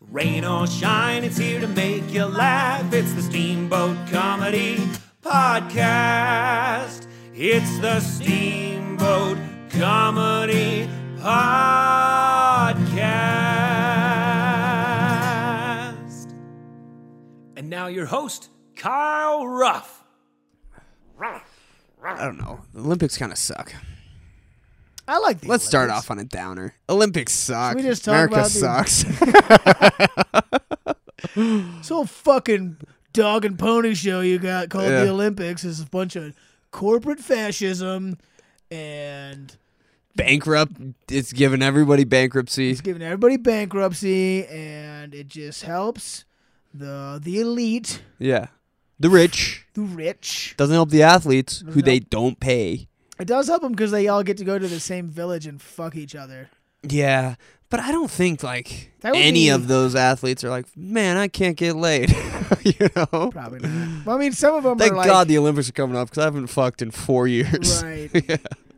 Rain or shine, it's here to make you laugh. It's the Steamboat Comedy Podcast. It's the Steamboat Comedy Podcast. And now your host, Kyle Ruff. I don't know. The Olympics kind of suck. I like the Let's start Olympics. off on a downer. Olympics suck. Should we just talk America about the- sucks. This whole fucking dog and pony show you got called Yeah. the Olympics is a bunch of corporate fascism and Bankrupt. It's giving everybody bankruptcy. it's giving everybody bankruptcy and it just helps the the elite, Yeah. The rich the rich. doesn't help the athletes who they don't pay. It does help them because they all get to go to the same village and fuck each other. Yeah, but I don't think like That would any be- of those athletes are like, man, I can't get laid. you know. Probably not. Well, I mean, some of them Thank are like, God the Olympics are coming up because I haven't fucked in four years. right.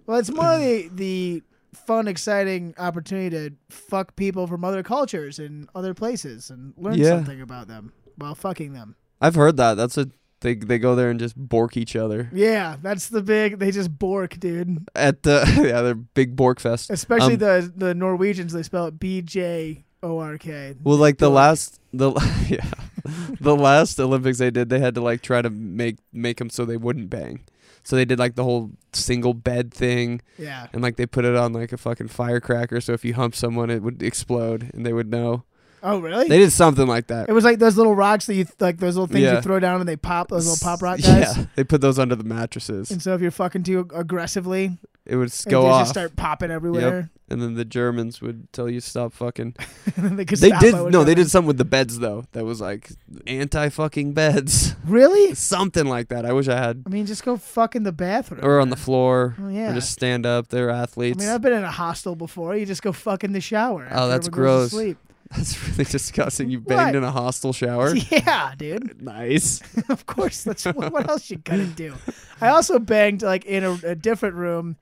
Well, it's more the the fun, exciting opportunity to fuck people from other cultures and other places and learn Yeah. something about them while fucking them. I've heard that. That's a they they go there and just bork each other Yeah, that's the big. They just bork, dude. at the yeah their big bork fest. Especially Um, the the Norwegians. They spell it B J O R K. Well, like the last the yeah, the last Olympics they did, they had to like try to make make them so they wouldn't bang. So they did like the whole single bed thing, Yeah, and like they put it on like a fucking firecracker. So if you hump someone, it would explode, and they would know. Oh, really? They did something like that. it was like those little rocks that you like those little things Yeah. you throw down and they pop those little pop rock guys. Yeah, they put those under the mattresses. And so if you're fucking too aggressively, It would s- and go they off, just start popping everywhere. and then the Germans would tell you stop fucking. and then the They Gestapo did would no, come they in. did something with the beds though. That was like anti fucking beds, Really? something like that. I wish I had I mean, just go fuck in the bathroom. or on the floor Oh, or yeah. just stand up. They're I athletes. mean, I've been in a hostel before. You just go fuck in the shower. after Oh, that's everyone goes to gross. That's really disgusting. You banged What? in a hostel shower. sleep. Yeah, dude. nice. of course. That's what, what else you gonna do. I also banged like in a, a different room,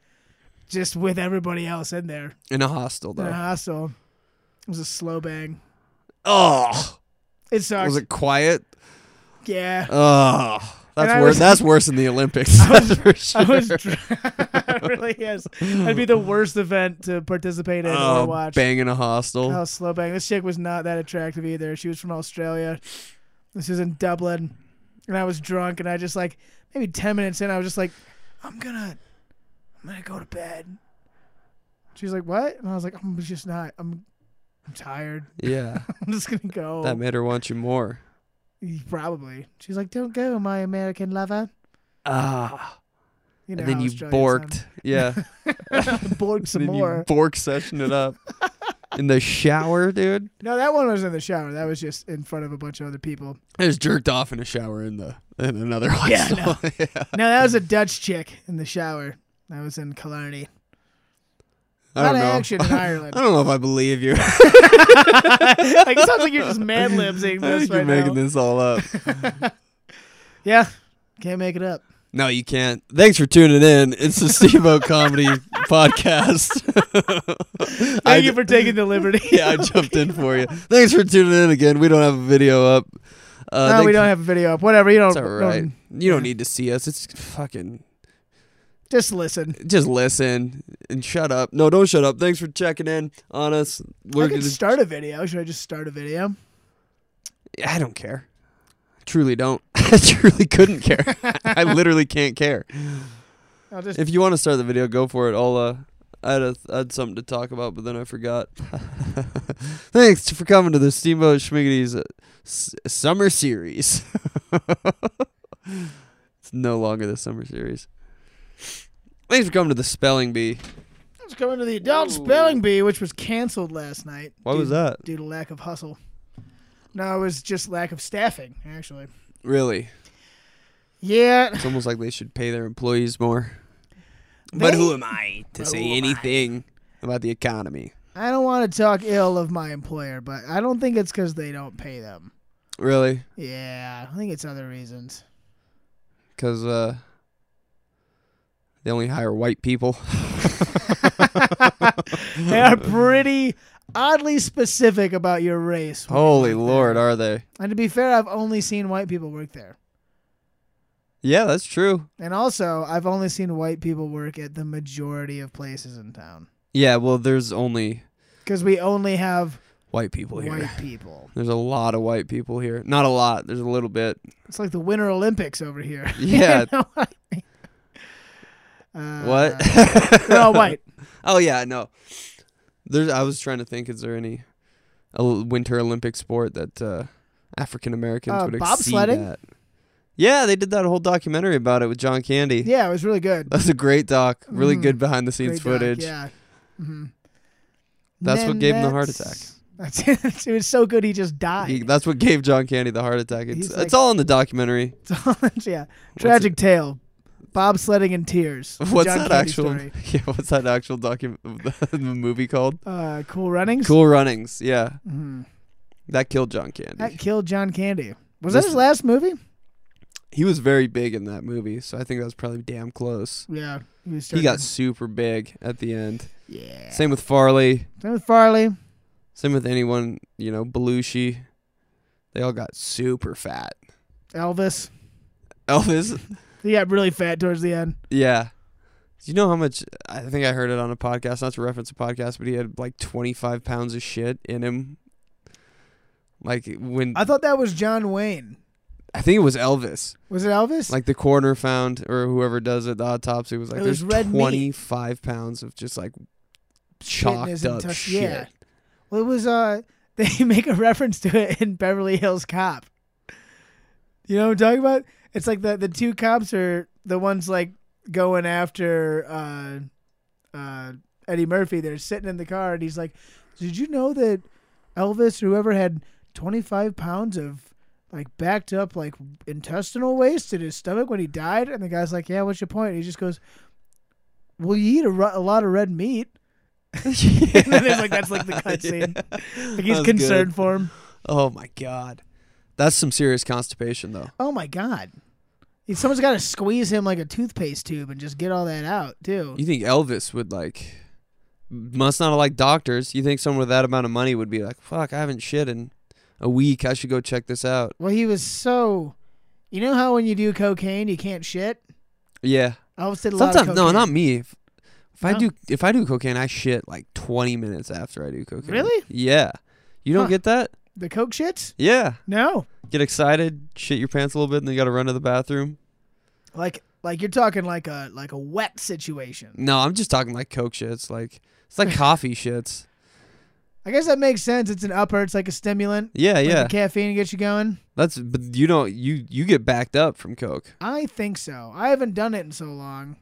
just with everybody else in there. In a hostel though. In a hostel, it was a slow bang. Oh, It sucks. was it quiet? yeah. Oh, And that's I worse. was- That's worse than the Olympics. that's for sure. I was. it really is. That'd be the worst event to participate in or oh, watch. banging a hostel. Oh, slow bang. This chick was not that attractive either. She was from Australia. This is in Dublin. And I was drunk and I just like maybe ten minutes in, I was just like, I'm gonna I'm gonna go to bed. She's like, What? And I was like, I'm just not I'm I'm tired. Yeah, I'm just gonna go. that made her want you more. Probably. She's like, Don't go, my American lover. Ah, You know, and then how you Australians borked. Yeah, and sound. borked some then you more. bork session it up in the shower, dude. no, that one was in the shower. That was just in front of a bunch of other people. I just jerked off in a shower in the in another hostel. yeah. No, that was a Dutch chick in the shower. That was in Killarney. I don't lot know. of action in Ireland. I don't know if I believe you. like it sounds like you're just mad libsing I this think you're right making now. this all up. Yeah, can't make it up. No, you can't. Thanks for tuning in. It's the Steve O Comedy Podcast. Thank I- you for taking the liberty. yeah, I jumped in for you. Thanks for tuning in again. We don't have a video up. Uh, no, we thank- don't have a video up. Whatever, you don't. It's all right. don't- you don't need to see us. It's fucking. just listen. Just listen and shut up. No, don't shut up. Thanks for checking in on us. We're I could gonna- start a video. Should I just start a video? I don't care. I truly don't. I truly couldn't care. I literally can't care. I'll just. If you want to start the video, go for it. I'll. Uh, I had, a, I had something to talk about, but then I forgot. Thanks for coming to the Steamboat Schmiggity's uh, s- summer series. it's no longer the summer series. Thanks for coming to the spelling bee. Let's go into the adult spelling bee, which was canceled last night. Why was due- that? Due to lack of hustle. No, it was just lack of staffing, actually. Really, Yeah, it's almost like they should pay their employees more. but They- who am I to say who am I? anything about the economy? I don't want to talk ill of my employer, but I don't think it's because they don't pay them. Really, Yeah, I think it's other reasons. because uh, they only hire white people. they are pretty oddly specific about your race. when you Holy work lord, there. are they? And to be fair, I've only seen white people work there. Yeah, that's true. And also, I've only seen white people work at the majority of places in town. Yeah, well, there's only Because we only have white people here. white people. There's a lot of white people here. Not a lot. There's a little bit. It's like the Winter Olympics over here. You Yeah. know what? I mean? Uh, what? They're all white. Oh yeah, no. There's. I was trying to think. Is there any a l- winter Olympic sport that uh, African Americans Uh, would exceed bobsledding? that? Yeah, they did that whole documentary about it with John Candy. Yeah, it was really good. That's a great doc. Really Mhm. good behind the scenes Great doc, footage. yeah. Mhm. That's what Then gave him the heart that's- That's it. It was so good he just died. He- that's what gave John Candy the heart attack. It's, He's it's like- all in the documentary. yeah. Tragic tale. Bobsledding in tears. What's John that Candy actual? story. Yeah, what's that actual document? The movie called Uh, cool runnings. Cool Runnings. Yeah, Mhm. that killed John Candy. That killed John Candy. Was that This- his last movie? he was very big in that movie, so I think that's probably damn close. Yeah. He, was He got starting- super big at the end. yeah. Same. Same with Farley. with Farley. Same with anyone, you know, Belushi. They all got super fat. Elvis. Elvis, He got really fat towards the end. yeah. Do you know how much? I think I heard it on a podcast, not to reference a podcast, but he had like 25 pounds of shit in him. Like when I thought that was John Wayne. I think it was Elvis, Was it Elvis? like the coroner found or whoever does it, the autopsy was like, It was there's red meat. 25 pounds of just like Shit in chalked his up intest- shit. Yeah. Well, it was uh they make a reference to it in Beverly Hills Cop. You know what I'm talking about? It's like the the two cops are the ones like going after uh uh Eddie Murphy. They're sitting in the car and he's like, "Did you know that Elvis or whoever had 25 pounds of like backed up like intestinal waste in his stomach when he died?" And the guy's like, "Yeah, what's your point?" he just goes, "Well, you eat a, ru- a lot of red meat." and then there's like that's like the cutscene. Like he's That was concerned good. for him. Oh my god, that's some serious constipation though. Oh my god. Someone's got to squeeze him like a toothpaste tube and just get all that out, too. You think Elvis would like? Must not have liked doctors. You think someone with that amount of money would be like, "Fuck, I haven't shit in a week. I should go check this out." Well, he was so. You know how when you do cocaine, you can't shit? Yeah, I always did a lot of sometimes no, cocaine. not me. If, if I No? do if I do cocaine, I shit like 20 minutes after I do cocaine. Really? Yeah. You don't Huh. get that? The coke shits? Yeah. No. Get excited, shit your pants a little bit, and then you gotta run to the bathroom. Like. Like you're talking like a like a wet situation. No, I'm just talking like coke shits. Like it's like coffee shits. I guess that makes sense. It's an upper. It's like a stimulant. Yeah, Like yeah. the caffeine gets you going. That's but you don't you you get backed up from coke. I think so. I haven't done it in so long.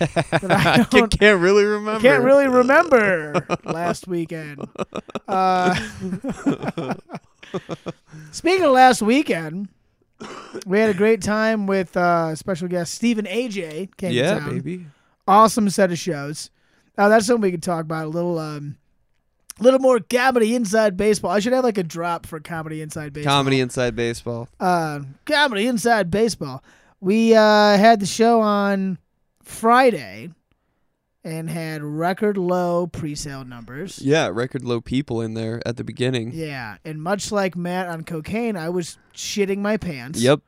I, can, don't- not really remember. Can't really remember last weekend. Uh, speaking of last weekend, we had a great time with uh, special guest Stephen AJ. Came to Yeah, town. baby. Awesome set of shows. Now that's something we could talk about a little. Um, little more comedy inside baseball. I should have like a drop for comedy inside baseball Comedy inside baseball. uh, comedy inside baseball. We uh, had the show on Friday and had record low pre-sale numbers. Yeah, record low people in there at the beginning. Yeah, and much like Matt on cocaine, I was shitting my pants. Yep.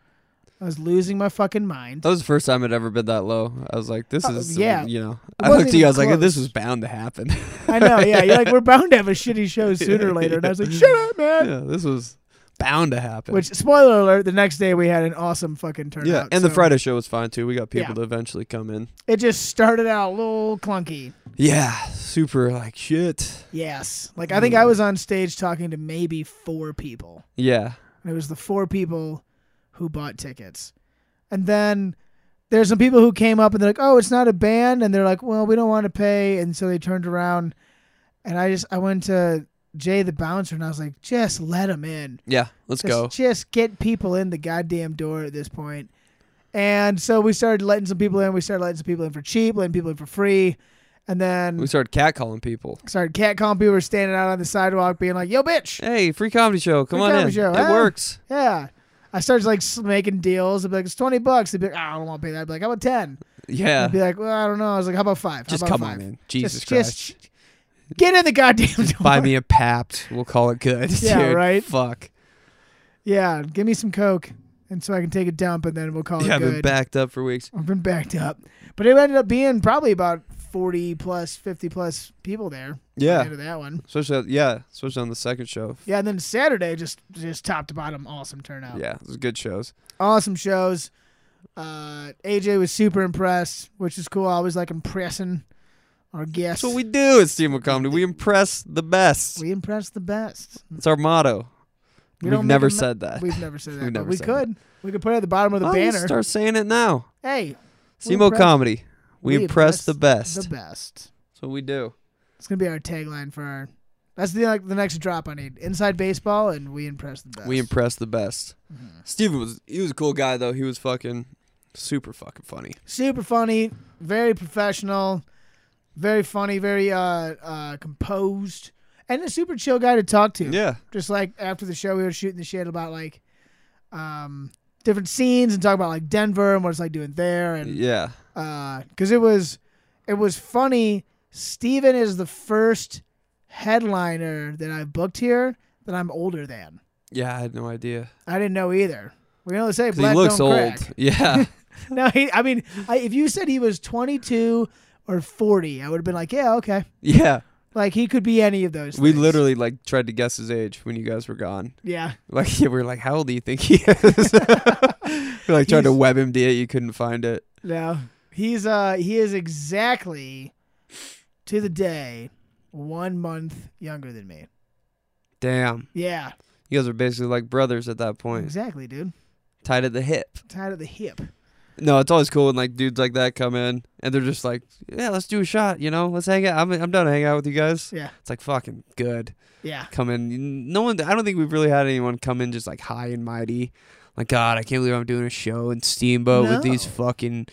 I was losing my fucking mind. That was the first time I'd ever been that low. I was like, this Oh, is, yeah. you know. It I wasn't looked at you, even I was like, this close. was bound to happen. I know. Yeah, you're like we're bound to have a shitty show sooner or later, and I was like, shut up, man. yeah, this was bound to happen. Which spoiler alert, the next day we had an awesome fucking turnout. yeah, and the so Friday show was fine too. We got people Yeah. to eventually come in. it just started out a little clunky. Yeah, super like shit. Yes. Like I think I was on stage talking to maybe four people. Yeah, And it was the four people who bought tickets. And then there's some people who came up and they're like, "Oh, it's not a band." And they're like, "Well, we don't want to pay." And so they turned around and I just I went to Jay the bouncer and I was like, "Just let them in. yeah. Let's Just, go. just get people in the goddamn door at this point." And so we started letting some people in. We started letting some people in for cheap, letting people in for free. And then We started catcalling people. started catcalling people who were standing out on the sidewalk being like, "Yo, bitch." Hey, free comedy show. Come Free on comedy in. show, It huh? works. Yeah. I started like s- making deals. I'd be like, it's 20 bucks. They'd be like, "Ah, I don't want to pay that. I'd be like, how about 10? Yeah. I'd be like, well, I don't know. I was like, how about five? How Just about come five? on in. Jesus just, Christ. Just, Get in the goddamn door. Buy me a papt. We'll call it good. Yeah, dude. right? Fuck. Yeah, give me some coke, and so I can take a dump, and then we'll call yeah, it I've good. been backed up for weeks. I've been backed up, but it ended up being probably about forty plus, fifty plus people there. at the Yeah, end of that one. especially yeah, especially on the second show. Yeah, and then Saturday just just top to bottom, awesome turnout. Yeah, it was good shows. Awesome shows. Uh, AJ was super impressed, which is cool. I always like impressing our guests. That's what we do at Steam of Comedy. We impress the best. we impress the best. It's our motto. We We've don't make never a ma- said that. We've never said that, We've but never we said could. We could put it at the bottom of the I'll banner. Start saying it now. hey, We Simo impress- Comedy. We, impress, the best. The best. That's what we do. It's gonna be our tagline for our. That's the like the next drop I need. Inside baseball, and we impress the best. Mm-hmm. We impress the best. Steven was he was a cool guy though. He was fucking super fucking funny. super funny, very professional, very funny, very uh, uh, composed, and a super chill guy to talk to. Yeah. Just like after the show, we were shooting the shit about like um, different scenes and talk about like Denver and what it's like doing there, and Yeah. because it was it was funny. Steven is the first headliner that I booked here that I'm older than. Yeah, I had no idea. I didn't know either. We only say 'Cause black he looks don't old. crack. Yeah. No, he, I mean, I, if you said he was 22 or 40, I would have been like, yeah, okay. yeah. Like he could be any of those. We things. literally like tried to guess his age when you guys were gone. yeah, Like yeah, we were like, How old do you think he is? we like tried to He's- WebMD it, you couldn't find it. no, he's uh, he is exactly to the day one month younger than me. Damn. Yeah, You guys are basically like brothers at that point. exactly, dude. Tied at the hip. Tied at the hip. No, it's always cool when like dudes like that come in and they're just like, Yeah, let's do a shot, you know, let's hang out. I'm I'm done hanging out with you guys. Yeah, It's like fucking good. yeah. Come in. No one. I don't think we've really had anyone come in just like high and mighty. Like God, I can't believe I'm doing a show in Steamboat with these No. fucking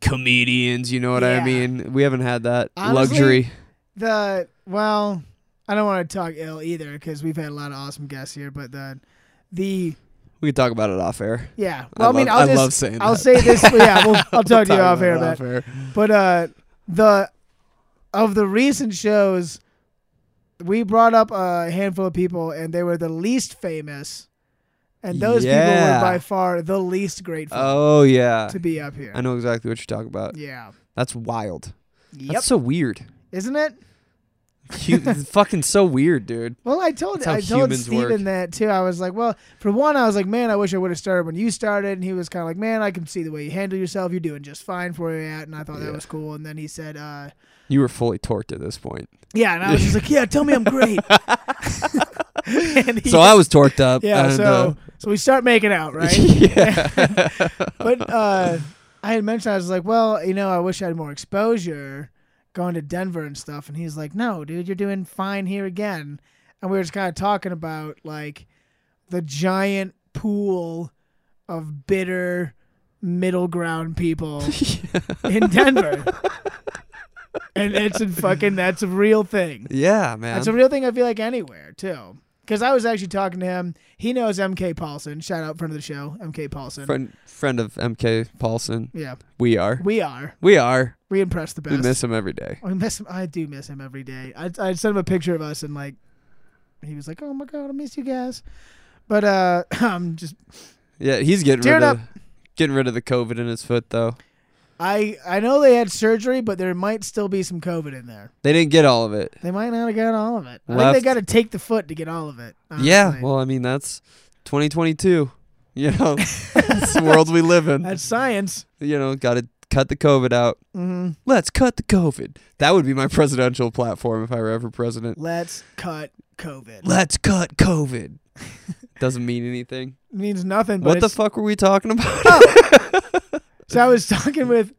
comedians. You know what I Yeah. mean? We haven't had that Honestly- luxury. The well, I don't want to talk ill either because we've had a lot of awesome guests here, but the the We can talk about it off air. yeah. Well, I, mean, love- I'll just love saying I'll that. say this. Yeah, we'll, I'll talk to you off air Off about air. But uh the of the recent shows we brought up a handful of people and they were the least famous and those people Yeah. were by far the least grateful Oh yeah, to be up here. I know exactly what you're talking about. Yeah. That's wild. Yep. That's so weird. Isn't it? Cute, fucking so weird, dude. Well, I told That's how I told humans Steven work. that too. I was like, well, for one, I was like, man, I wish I would have started when you started. And he was kind of like, man, I can see the way you handle yourself. You're doing just fine for where you're at. And I thought Yeah. that was cool. And then he said, uh, You were fully torqued at this point. yeah. And I was just like, yeah, tell me I'm great. and he So I was torqued up. Yeah, and, so uh, so we start making out, right? yeah. but uh, I had mentioned I was like, well, you know, I wish I had more exposure going to Denver and stuff, and he's like, no, dude, you're doing fine here again, and we were just kind of talking about like the giant pool of bitter middle ground people in Denver. And it's a fucking that's a real thing. Yeah, man. That's a real thing I feel like anywhere too. Because I was actually talking to him. He knows MK Paulson. Shout out friend of the show, MK Paulson. friend friend of MK Paulson. Yeah, We are. we are. We are. We impress the best. We miss him every day. I miss him. I do miss him every day. I I sent him a picture of us and like, he was like, "Oh my god, I miss you guys." But uh, I'm just Yeah, he's getting Tear rid it of getting rid of the COVID in his foot though. I I know they had surgery, but there might still be some COVID in there. They didn't get all of it. They might not have got all of it. I Left. think they got to take the foot to get all of it. Yeah. honestly. Well, I mean that's 2022. You know, it's the world we live in. that's science. You know, got to cut the COVID out. hmm Let's cut the COVID. That would be my presidential platform if I were ever president. Let's cut COVID. Let's cut COVID. Doesn't mean anything. means nothing. But What the it's- fuck were we talking about? So I was talking with,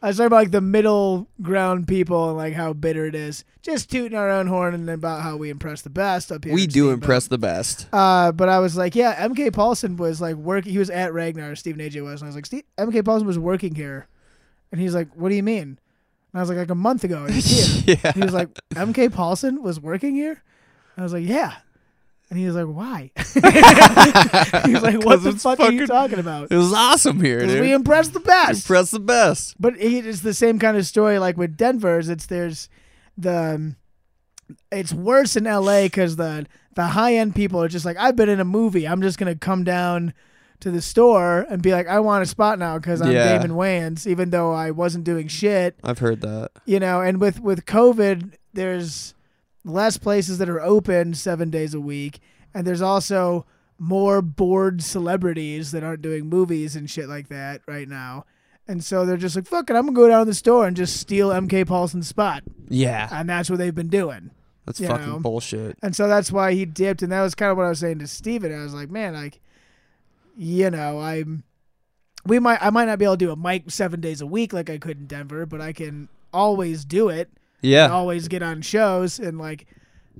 I was talking about like the middle ground people and like how bitter it is. Just tooting our own horn and about how we impress the best up here. we in do Steamboat. impress the best. Uh, but I was like, yeah, MK Paulson was like working. He was at Ragnar. Stephen AJ was, and I was like, Steve, MK Paulson was working here, and he's like, what do you mean? And I was like, like a month ago, he was here. yeah. He was like, MK Paulson was working here? And I was like, yeah. And he was like, why? he was like, what 'Cause the it's fuck are you fucking- talking about? It was awesome here, 'Cause dude. we impress the best. Press the best. But it is the same kind of story like with Denver's. It's there's the um, it's worse in LA because the the high end people are just like, I've been in a movie. I'm just gonna come down to the store and be like, I want a spot now because I'm Yeah. Damon Wayans, even though I wasn't doing shit, I've heard that. you know. And with with COVID, there's less places that are open seven days a week, and there's also more bored celebrities that aren't doing movies and shit like that right now. And so they're just like, fuck it, I'm gonna go down to the store and just steal MK Paulson's spot. Yeah, And that's what they've been doing. that's you fucking know. bullshit. And so that's why he dipped. And that was kind of what I was saying to Steven. I was like, man, like, you know, I'm, we might, I might not be able to do a mic seven days a week like I could in Denver, but I can always do it and Yeah, always get on shows and like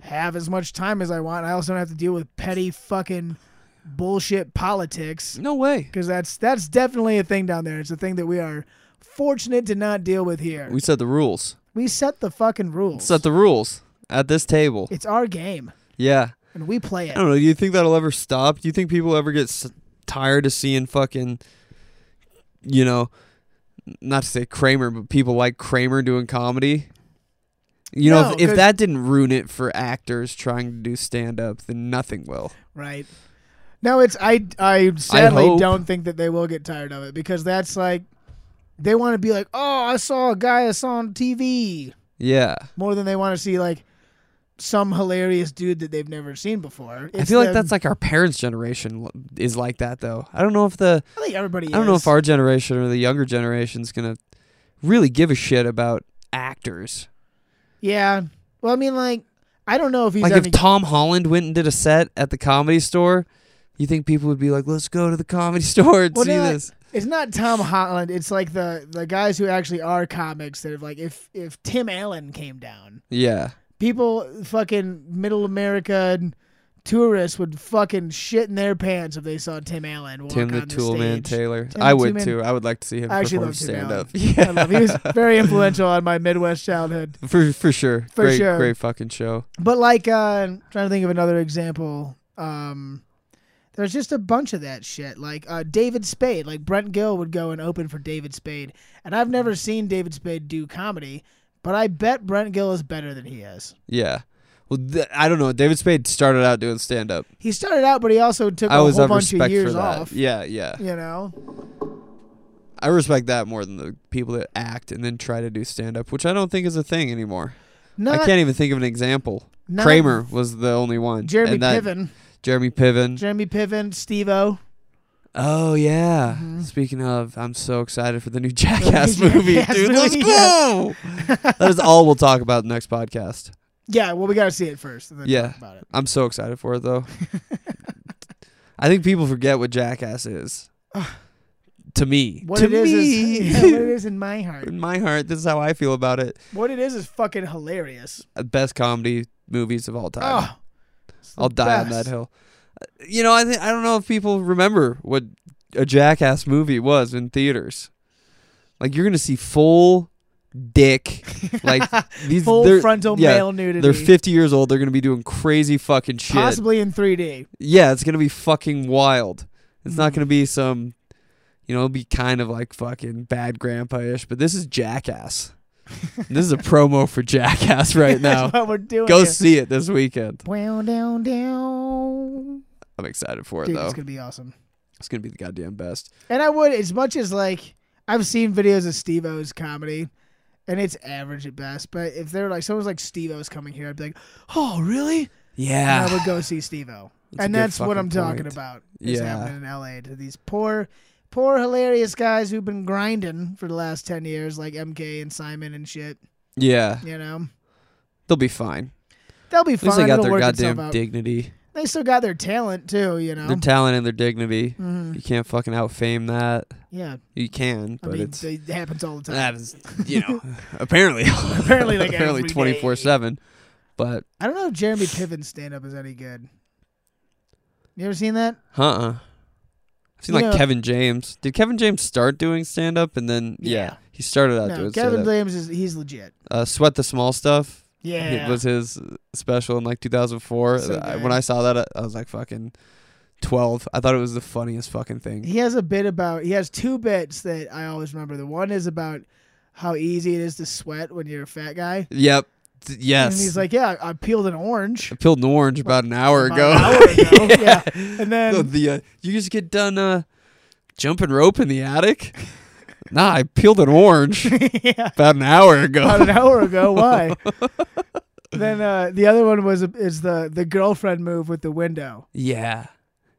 have as much time as I want. I also don't have to deal with petty fucking bullshit politics no way. because that's, that's definitely a thing down there. It's a thing that we are fortunate to not deal with here. We set the rules. We set the fucking rules. Set the rules at this table. it's our game Yeah. and we play I don't it. know. Do you think that'll ever stop? Do you think people ever get s- tired of seeing fucking, you know, not to say Kramer, but people like Kramer doing comedy? You know, No, if, if 'cause- that didn't ruin it for actors trying to do stand up, then nothing will. Right. No, it's I I sadly hope. don't think that they will get tired of it because that's like they want to be like, "Oh, I saw a guy I saw on TV." Yeah. More than they want to see like some hilarious dude that they've never seen before. I It's feel like them- that's like our parents' generation l- is like that, though. I don't know if the, I think everybody I don't know is. if our generation or the younger generation's going to really give a shit about actors. Yeah. Well, I mean like I don't know if he's like having if Tom Holland went and did a set at the comedy store, you think people would be like, "Let's go to the comedy store and Well, see no, I- this"? It's not Tom Holland, it's like the the guys who actually are comics that have like if if Tim Allen came down Yeah, people fucking middle America and tourists would fucking shit in their pants if they saw Tim Allen walk Tim the on Toolman the stage. Taylor. Tim I the would Toolman- too. I would like to see him I actually perform love Tim stand Allen. up. Yeah, I love he was very influential on my Midwest childhood. for for sure. For great, sure. great fucking show. But like uh I'm trying to think of another example. Um there's just a bunch of that shit. Like uh, David Spade, like Brent Gill would go and open for David Spade, and I've never seen David Spade do comedy, but I bet Brent Gill is better than he is. Yeah. Well, th- I don't know. David Spade started out doing stand up. He started out, but he also took a I always whole have bunch of respect for years that. off. Yeah, yeah. You know, I respect that more than the people that act and then try to do stand up, which I don't think is a thing anymore. not I can't even think of an example. not Kramer was the only one. Jeremy and that- Piven. Jeremy Piven. Jeremy Piven, Steve O. Oh yeah. Speaking of, I'm so excited for the new Jackass Mm-hmm. Jackass movie, dude. movie, Let's go. that is all we'll talk about in the next podcast. Yeah, well, we got to see it first. And then Yeah. Talk about it. I'm so excited for it though. I think people forget what Jackass is. to me. What to it is me. is yeah, what it is in my heart. in my heart, this is how I feel about it. What it is is fucking hilarious. Uh, Best comedy movies of all time. Oh, it's the I'll die on that best. hill. Uh, You know, I think I don't know if people remember what a Jackass movie was in theaters. Like you're gonna see full dick, like these Full they're, frontal yeah, male nudity. They're 50 years old. They're gonna be doing crazy fucking shit. possibly in 3D. Yeah, it's gonna be fucking wild. It's not Mhm. gonna be some, you know, it'll be kind of like fucking bad grandpa-ish. But this is Jackass. this is a promo for Jackass right now. That's what we're doing. Go here. see it this weekend. Down, down, down. I'm excited for it Dude, though. it's gonna be awesome. It's gonna be the goddamn best. And I would, as much as like I've seen videos of Steve O's comedy, and it's average at best. But if they're like someone's like Steve O's coming here, I'd be like, oh really? And I Yeah. would go see Steve O. That's a And good that's what fucking I'm talking point. about. Is Yeah. happening in LA to these poor, poor hilarious guys who've been grinding for the last ten years, like MK and Simon and shit. Yeah. You know, They'll be fine. they'll be At least fine. they got It'll their work goddamn itself dignity, out. They still got their talent too. You know. their talent, and their dignity. Mhm. You can't fucking outfame that. Yeah. You can, I but mean, it's they- it happens all that the time. happens. You know, apparently, Apparently, like, apparently, every day. twenty four seven. But I don't know if Jeremy Piven's stand up is any good. You ever seen that? uh uh I've seen You like know- Kevin James. Did Kevin James start doing stand up and then yeah, Yeah. he started out No, doing Kevin stand up. James is he's legit. Uh, Sweat the small stuff. Yeah. It was his special in like 2004. So I- good. when I saw that, I, I was like fucking 12. I thought it was the funniest fucking thing. He has a bit about he has two bits that I always remember. The one is about how easy it is to sweat when you're a fat guy. Yep. D- And yes. he's like, yeah, I peeled an orange. I peeled an orange about an hour about ago. an hour ago. yeah. And then So the uh, you just get done uh, jumping rope in the attic. nah, I peeled an orange yeah, about an hour ago. about an hour ago. Why? then uh, the other one was is the the girlfriend move with the window, yeah,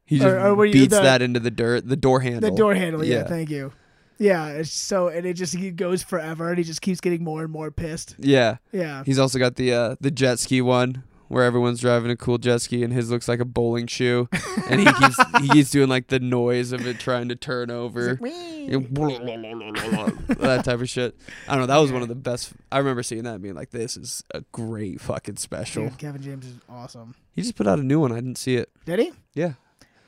he Or- just or were you beats the- that into the dirt, the door handle. the door handle. Yeah, Yeah. thank you. Yeah, it's so and it just he goes forever, and he just keeps getting more and more pissed. Yeah, Yeah, he's also got the uh, the jet ski one where everyone's driving a cool jet ski and his looks like a bowling shoe, and he keeps he keeps doing like the noise of it trying to turn over. Wee. that type of shit. I don't know. That was one of the best. I remember seeing that and being like, "This is a great fucking special." Dude, Kevin James is awesome. He just put out a new one. I didn't see it. Did he? Yeah.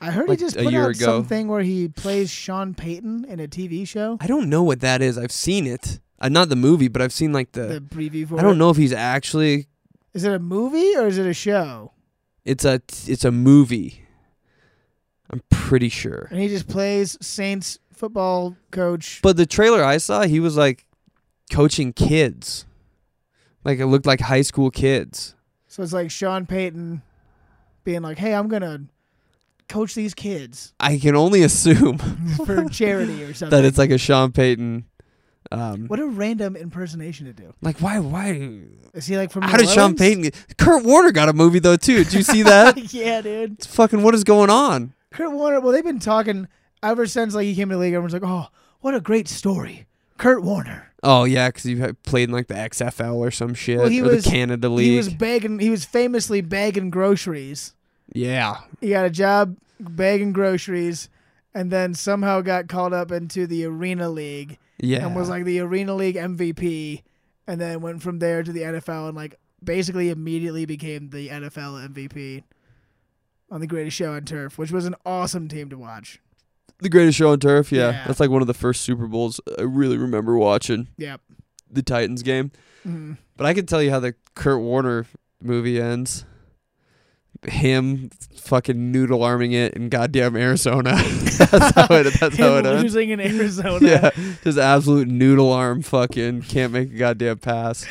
I heard Like he just a put year out ago. something where he plays Sean Payton in a TV show. I don't know what that is. I've seen it. Uh, not the movie, but I've seen like The the. preview for uh, I it. don't know if he's actually. Is it a movie or is it a show? It's a. It's a movie. I'm pretty sure. And he just plays Saints football coach. But the trailer I saw, he was like coaching kids. Like it looked like high school kids. So it's like Sean Payton being like, "Hey, I'm gonna coach these kids I can only assume for charity or something." that it's like a Sean Payton. Um, what a random impersonation to do. like why? Why? Is he like from? How New did Sean Orleans? Payton? Get, Kurt Warner got a movie though too. Did you see that? yeah, dude. It's fucking what is going on? Kurt Warner. Well, they've been talking ever since like he came to the league. Everyone's like, "Oh, what a great story, Kurt Warner." Oh yeah, because you had played in like the XFL or some shit, Well, he or was- the Canada He League. was begging. He was famously begging groceries. yeah, He got a job begging groceries, and then somehow got called up into the Arena League. yeah. and was like the Arena League MVP, and then went from there to the NFL and like basically immediately became the NFL MVP on the Greatest Show on Turf, which was an awesome team to watch. the greatest show on turf. Yeah. Yeah. that's like one of the first Super Bowls I really remember watching Yep. the Titans game. Mhm. But I can tell you how the Kurt Warner movie ends. Him fucking noodle arming it in goddamn Arizona. that's how it. That's how Him it ends. losing in Arizona. Yeah, just absolute noodle arm. Fucking can't make a goddamn pass.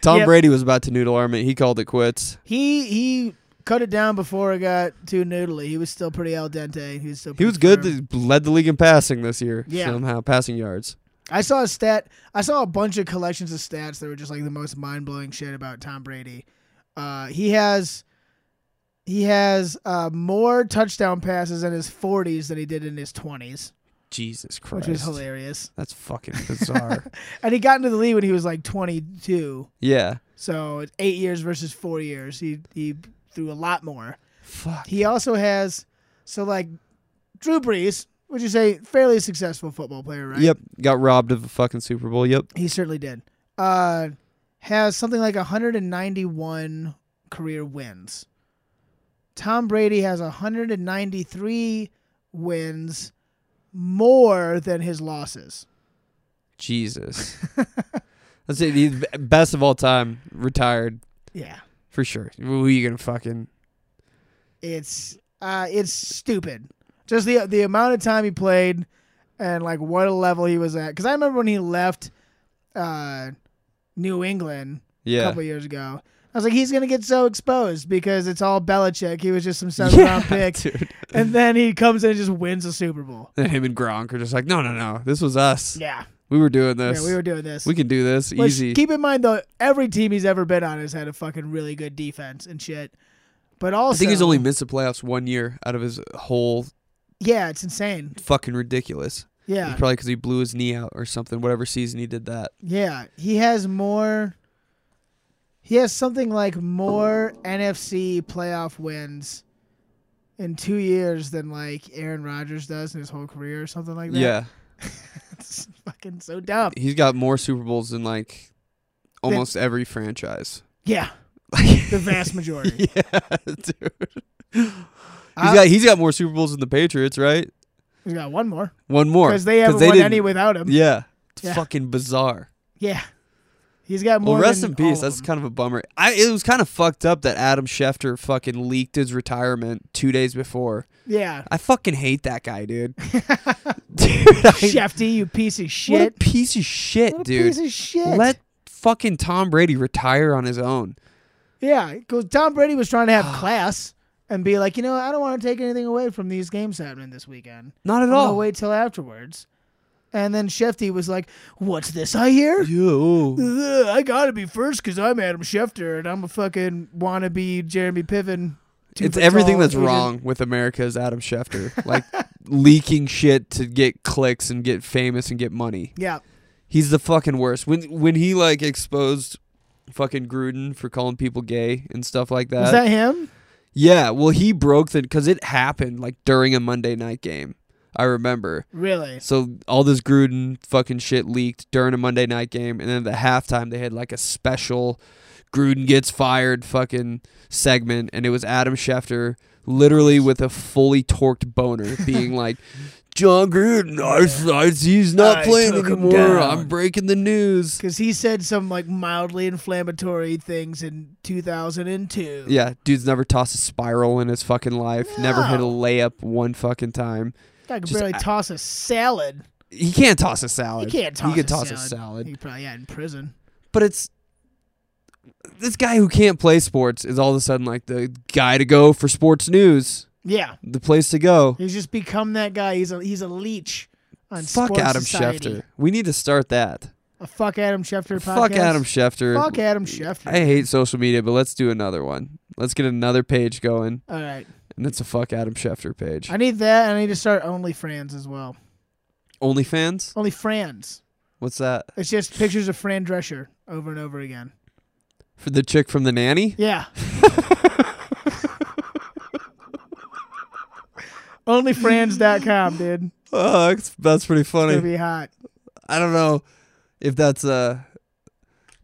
Tom Yep. Brady was about to noodle arm it. He called it quits. He he cut it down before it got too noodly. He was still pretty al dente. He was still He pretty was good. firm. He led the league in passing this year. Yeah. Somehow passing yards. I saw a stat. I saw a bunch of collections of stats that were just like the most mind blowing shit about Tom Brady. Uh, he has he has uh, more touchdown passes in his 40s than he did in his 20s, Jesus Christ. which is hilarious. That's fucking bizarre. And he got into the league when he was like 22, yeah. so it's eight years versus four years. He he threw a lot more. Fuck. He also has so like Drew Brees, would you say fairly successful football player, right? Yep. Got robbed of a fucking Super Bowl. Yep. He certainly did. Uh, has something like 191 career wins. Tom Brady has 193 wins more than his losses. Jesus. That's it. He's b- best of all time. Retired Yeah. for sure. Who are you gonna fucking? It's uh it's stupid. Just the the amount of time he played and like what a level he was at cuz I remember when he left uh New England a Yeah. couple years ago. I was like he's going to get so exposed because it's all Belichick. He was just some 7th round Yeah, pick. dude. and then he comes in and just wins a Super Bowl. And him and Gronk are just like, no, no, no. This was us. Yeah, We were doing this. yeah, we were doing this. We can do this Which, easy. Keep in mind though, every team he's ever been on has had a fucking really good defense and shit. But also, I think he's only missed the playoffs one year out of his whole yeah, it's insane. fucking ridiculous. Yeah, It's probably because he blew his knee out or something. Whatever season he did that. yeah, he has more. He has something like more NFC playoff wins in two years than like Aaron Rodgers does in his whole career or something like that. Yeah, it's fucking so dumb. he's got more Super Bowls than like almost every franchise. Yeah, the vast majority. yeah, dude. He's I- got he's got more Super Bowls than the Patriots, right? He's got one more One more because they haven't won didn't- any without him. Yeah, it's Yeah. fucking bizarre. Yeah. He's got more. well, rest than Oh, in all peace. of That's them. kind of a bummer. I it was kind of fucked up that Adam Schefter fucking leaked his retirement two days before. yeah. I fucking hate that guy, dude. dude, I- Shefty, you piece of what a shit. piece of shit, What a dude. piece of shit. Let fucking Tom Brady retire on his own. Yeah, because Tom Brady was trying to have class and be like, you know, I don't want to take anything away from these games happening this weekend. Not at I'm gonna all. wait till afterwards. And then Shefty was like, "What's this I hear? Yo. Ugh, I gotta be first because I'm Adam Schefter and I'm a fucking wannabe Jeremy Piven." two It's foot everything tall that's Asian- wrong with America is Adam Schefter. Like leaking shit to get clicks and get famous and get money. Yeah, He's the fucking worst. When when he like exposed fucking Gruden for calling people gay and stuff like was that him? Yeah, well, he broke the because it happened like during a Monday night game. I remember. Really? So all this Gruden fucking shit leaked during a Monday night game, and then at the halftime they had like a special Gruden gets fired fucking segment, and it was Adam Schefter literally with a fully torqued boner being like. John Gruden, I, I, he's not I playing took him anymore. down." I'm breaking the news. Because he said some like mildly inflammatory things in 2002. Yeah, dude's never tossed a spiral in his fucking life. Never hit a No. layup one fucking time. I could Just barely a- toss a salad. He can't toss a He salad. can't toss. He could a toss salad. a salad. He probably yeah in prison. but it's this guy who can't play sports is all of a sudden like the guy to go for sports news, Yeah, the place to go. he's just become that guy. He's a he's a leech on Fuck sports Adam society. Schefter. We need to start that. A fuck Adam Schefter podcast. Fuck Adam Schefter. Fuck Adam Schefter. I hate social media, but let's do another one. Let's get another page going, All right, and it's a fuck Adam Schefter page. I need that. and I need to start OnlyFans as well. OnlyFans? Only Franz. What's that? It's just pictures of Fran Drescher over and over again. For the chick from the nanny? Yeah. OnlyFrans.com, dude. Oh, that's, that's pretty It's funny. gonna be hot. I don't know if that's uh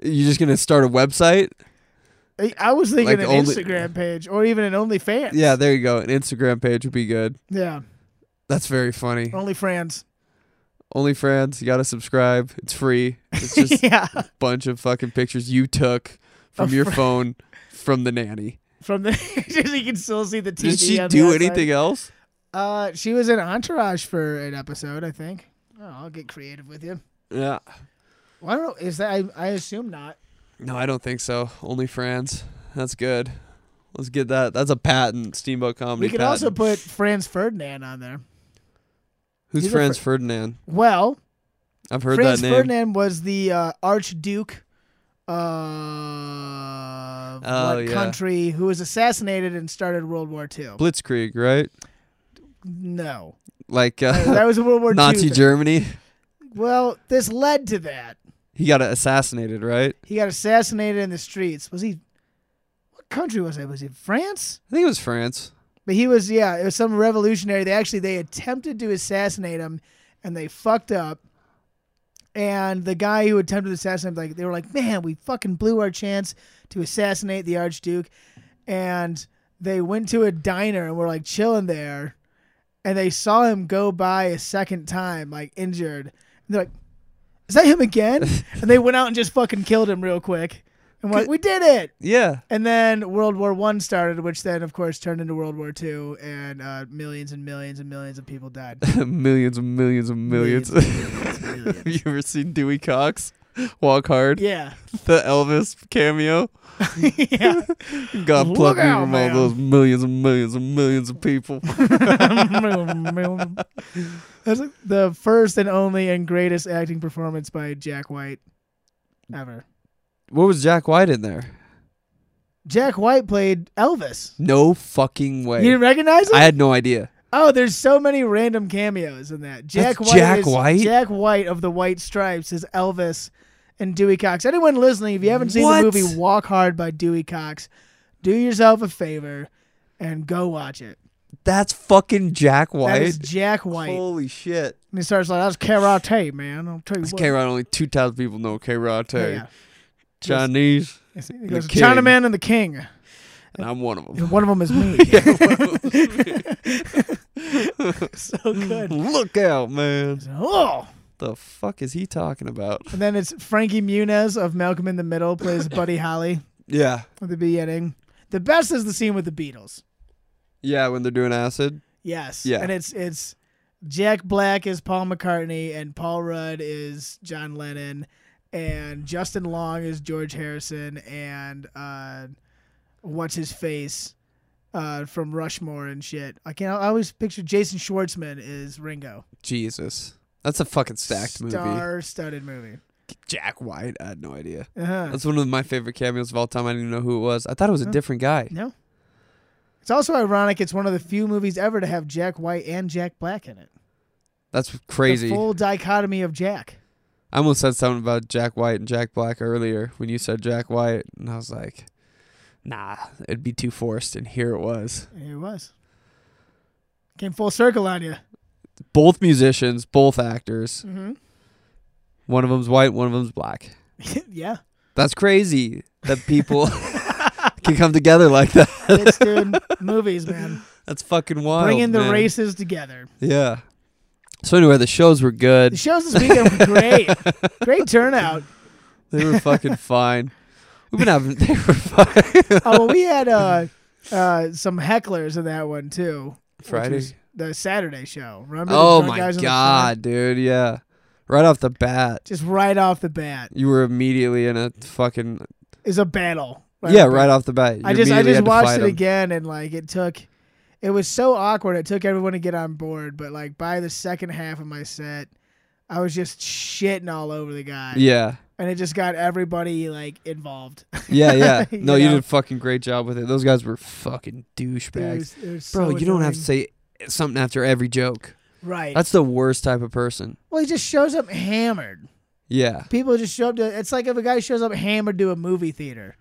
You're just gonna start a website? I- I was thinking Like an only- Instagram page or even an OnlyFans. Yeah, there you go. An Instagram page would be good. Yeah. That's very funny. Oh. OnlyFrans. Only friends, you gotta subscribe. It's free. It's just a yeah. bunch of fucking pictures you took from Of your fr- phone from the nanny. From the you can still see the TV. Did she on the do outside. anything else? Uh, she was in Entourage for an episode, I think. Oh, I'll get creative with you. Yeah. Well, I don't know. Is that I, I assume not. No, I don't think so. Only friends. That's good. Let's get that. That's a patent. Steamboat comedy. we could patent. also put Franz Ferdinand on there. Who's he's a fr- Franz Ferdinand? Well, I've heard Franz that name. Ferdinand was the uh, Archduke of Oh, what yeah. country who was assassinated and started World War II. Blitzkrieg, right? no, Like uh, that was a World War Nazi II. thing. Germany. Well, this led to that. He got assassinated, right? He got assassinated in the streets. Was he? What country was it? Was he France? I think it was France. But he was, yeah, it was some revolutionary. They actually they attempted to assassinate him, and they fucked up. And the guy who attempted to assassinate him, like they were like, man, we fucking blew our chance to assassinate the Archduke. And they went to a diner and were like chilling there, and they saw him go by a second time, like injured. And they're like, is that him again? and they went out and just fucking killed him real quick. And we're like, we did it. Yeah. And then World War One started, which then, of course, turned into World War Two, and uh, millions and millions and millions of people died. millions and millions and millions. Have you ever seen Dewey Cox walk hard? yeah, The Elvis cameo. yeah, God Look plucked me out, from man. all those millions and millions and millions of people. That's the first and only and greatest acting performance by Jack White ever. what was Jack White in there? Jack White played Elvis. No fucking You way. didn't recognize him? I had no idea. oh, there's so many random cameos in that. Jack That's White. Jack is- White? Jack White of the White Stripes is Elvis and Dewey Cox. Anyone listening, if you haven't seen What? the movie Walk Hard by Dewey Cox, do yourself a favor and go watch it. That's fucking Jack That is White. Jack White. Holy shit. And he starts like, "That's karate, man. I'll tell you It's what." K Rod. Only 2,000 people know K Rod. Yeah, yeah. Chinese. He goes, King. Chinaman and the King. And I'm one of them. And one of them is me. so good. Look out, man. Oh. The fuck is he talking about? And then it's Frankie Muniz of Malcolm in the Middle plays Buddy Holly Yeah. at the beginning. The best is the scene with the Beatles. Yeah, when they're doing acid. Yes. Yeah. And it's it's Jack Black is Paul McCartney and Paul Rudd is John Lennon and Justin Long is George Harrison, and uh, what's his face uh, from Rushmore and shit. I can't. I always picture Jason Schwartzman is Ringo. Jesus. That's a fucking stacked movie. Star-studded movie. Jack White, I had no idea. Uh-huh. That's one of my favorite cameos of all time. I didn't even know who it was. I thought it was a different guy. No. It's also ironic. It's one of the few movies ever to have Jack White and Jack Black in it. That's The crazy. full dichotomy of Jack. I almost said something about Jack White and Jack Black earlier when you said Jack White, and I was like, nah, it'd be too forced, and here it was. It was. Came full circle on you. Both musicians, both actors. Mm-hmm. One of them's white, one of them's black. yeah. That's crazy that people can come together like that. It's dude movies, man. That's fucking wild. Bringing the Oh, man. races together. Yeah. So anyway, the shows were The good. shows this weekend were great. great turnout. They were fucking fine. We've been having. They were fine. Oh, well, we had uh, uh, some hecklers in that one too. which Friday? was the Saturday show. Remember? the Oh drunk my guys on the god, dude! Yeah, right off the bat, floor? Just right off the bat you were immediately in a fucking is a battle. yeah, off the right off the bat. I You just I immediately just had to watched fight it 'em. again and like it took it was so awkward. It took everyone to get on board, but like by the second half of my set, I was just shitting all over the guy. Yeah, And it just got everybody like involved. yeah, yeah. No, You you, know? did a fucking great job with it. Those guys were fucking It douchebags, was- it was bro. so you don't have to annoying. say something after every joke. Right. That's the worst type of person. well, he just shows up hammered. Yeah, People just show up to it's like if a guy shows up hammered to a movie theater.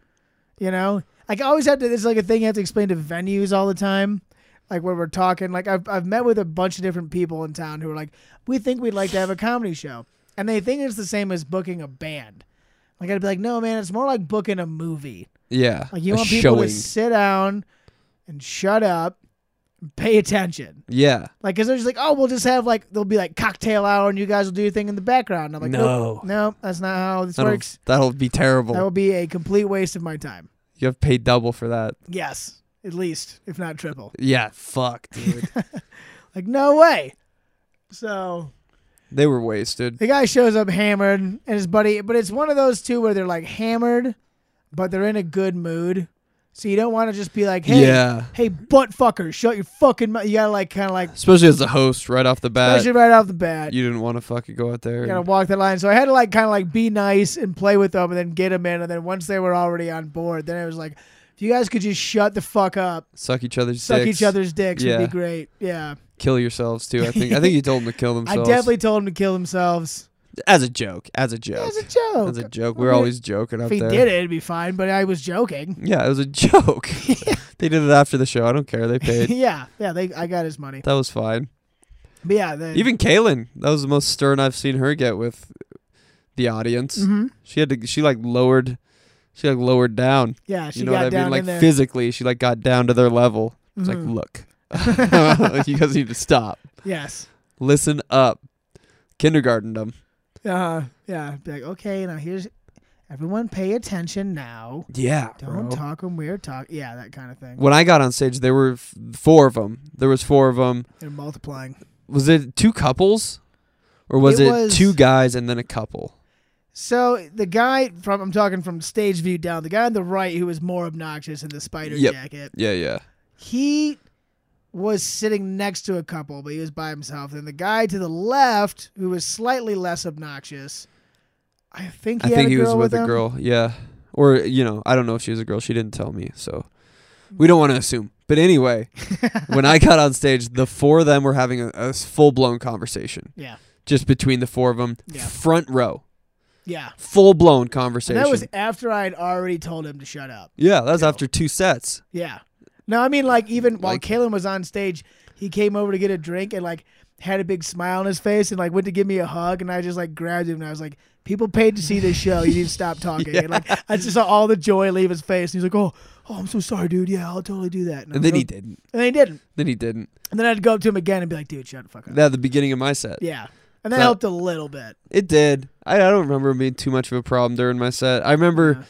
You know? Like I always have to it's like a thing you have to explain to venues all the time. Like when we're talking, like I've I've met with a bunch of different people in town who are like, We think we'd like to have a comedy show. And they think it's the same as booking a band. Like I'd be like, No man, it's more like booking a movie. yeah. Like you A want people showing. to sit down and shut up and pay attention. Yeah, Like, cause they're just like, oh, we'll just have like, there'll be like cocktail hour, and you guys will do your thing in the background. And I'm like, No. nope, no, that's not how this that'll, works. that'll be terrible. That will be a complete waste of my time. you have paid double for that. Yes, at least if not triple. Yeah, fuck, dude. Like, no way. So they were wasted. the guy shows up hammered, and his buddy, but it's one of those two where they're like hammered, but they're in a good mood. So you don't want to just be like, hey, Yeah. hey, butt fucker, shut your fucking mouth. You gotta like, kind of like, Especially as a host, right off the bat, especially right off the bat. you didn't want to fucking go out there. You gotta and- walk that line. So I had to like kind of like be nice and play with them, and then get them in. And then once they were already on board, then it was like, if you guys could just shut the fuck up, suck each other's suck dicks, each other's dicks, Yeah. would be great. Yeah, kill yourselves too. I think. I think you told them to kill I themselves. definitely told them to kill themselves. as a joke. As a joke. As a joke. As a joke. We're I mean, always joking up If he there. did it, it'd be fine. But I was joking. Yeah, it was a joke. they did it after the show. I don't care. They paid. yeah, yeah. They, I got his money. that was fine. But yeah, the, Even Kaylin, that was the most stern I've seen her get with the audience. Mhm. She had to. She like lowered. She like lowered down. yeah, she you know got what I down mean? Like in there. physically, she like got down to their level. It's Mhm. like, look, you guys need to stop. yes. Listen up. Kindergarten them. Uh, yeah. Be like, okay, now here's everyone. Pay attention now. Yeah. Don't bro. talk when we're talk. Yeah, that kind of thing. When I got on stage, there were f- four of them. There was four of them. They're multiplying. was it two couples or was It it, was- two guys and then a couple So the guy from I'm talking from stage view down, the guy on the right who was more obnoxious in the spider Yep. jacket, yeah yeah he was sitting next to a couple, but he was by himself. And the guy to the left, who was slightly less obnoxious, I think i he had think a he girl was with, a him. girl yeah or you know i don't know if she was a girl she didn't tell me so we don't want to assume but anyway when i got on stage the four of them were having a, a full-blown conversation Yeah, just between the four of them Yeah. front row yeah. full-blown And conversation that was after I had already told him to shut up. yeah that was after two sets Yeah. No, I mean like even while Like- Kalen was on stage, he came over to get a drink and like had a big smile on his face and like went to give me a hug and I just like grabbed him and I was like, People paid to see this show, you need to stop talking. And like I just saw all the joy leave his face and he's like, Oh, oh I'm so sorry, dude. Yeah, I'll totally do that. I'm and then like, he "Oh." didn't And then he didn't. then he didn't And then I'd go up to him again and be like, dude, shut the fuck up. at the beginning of my set yeah. And that That- helped a little bit. It did. I, I don't remember it being too much of a problem during my set. I remember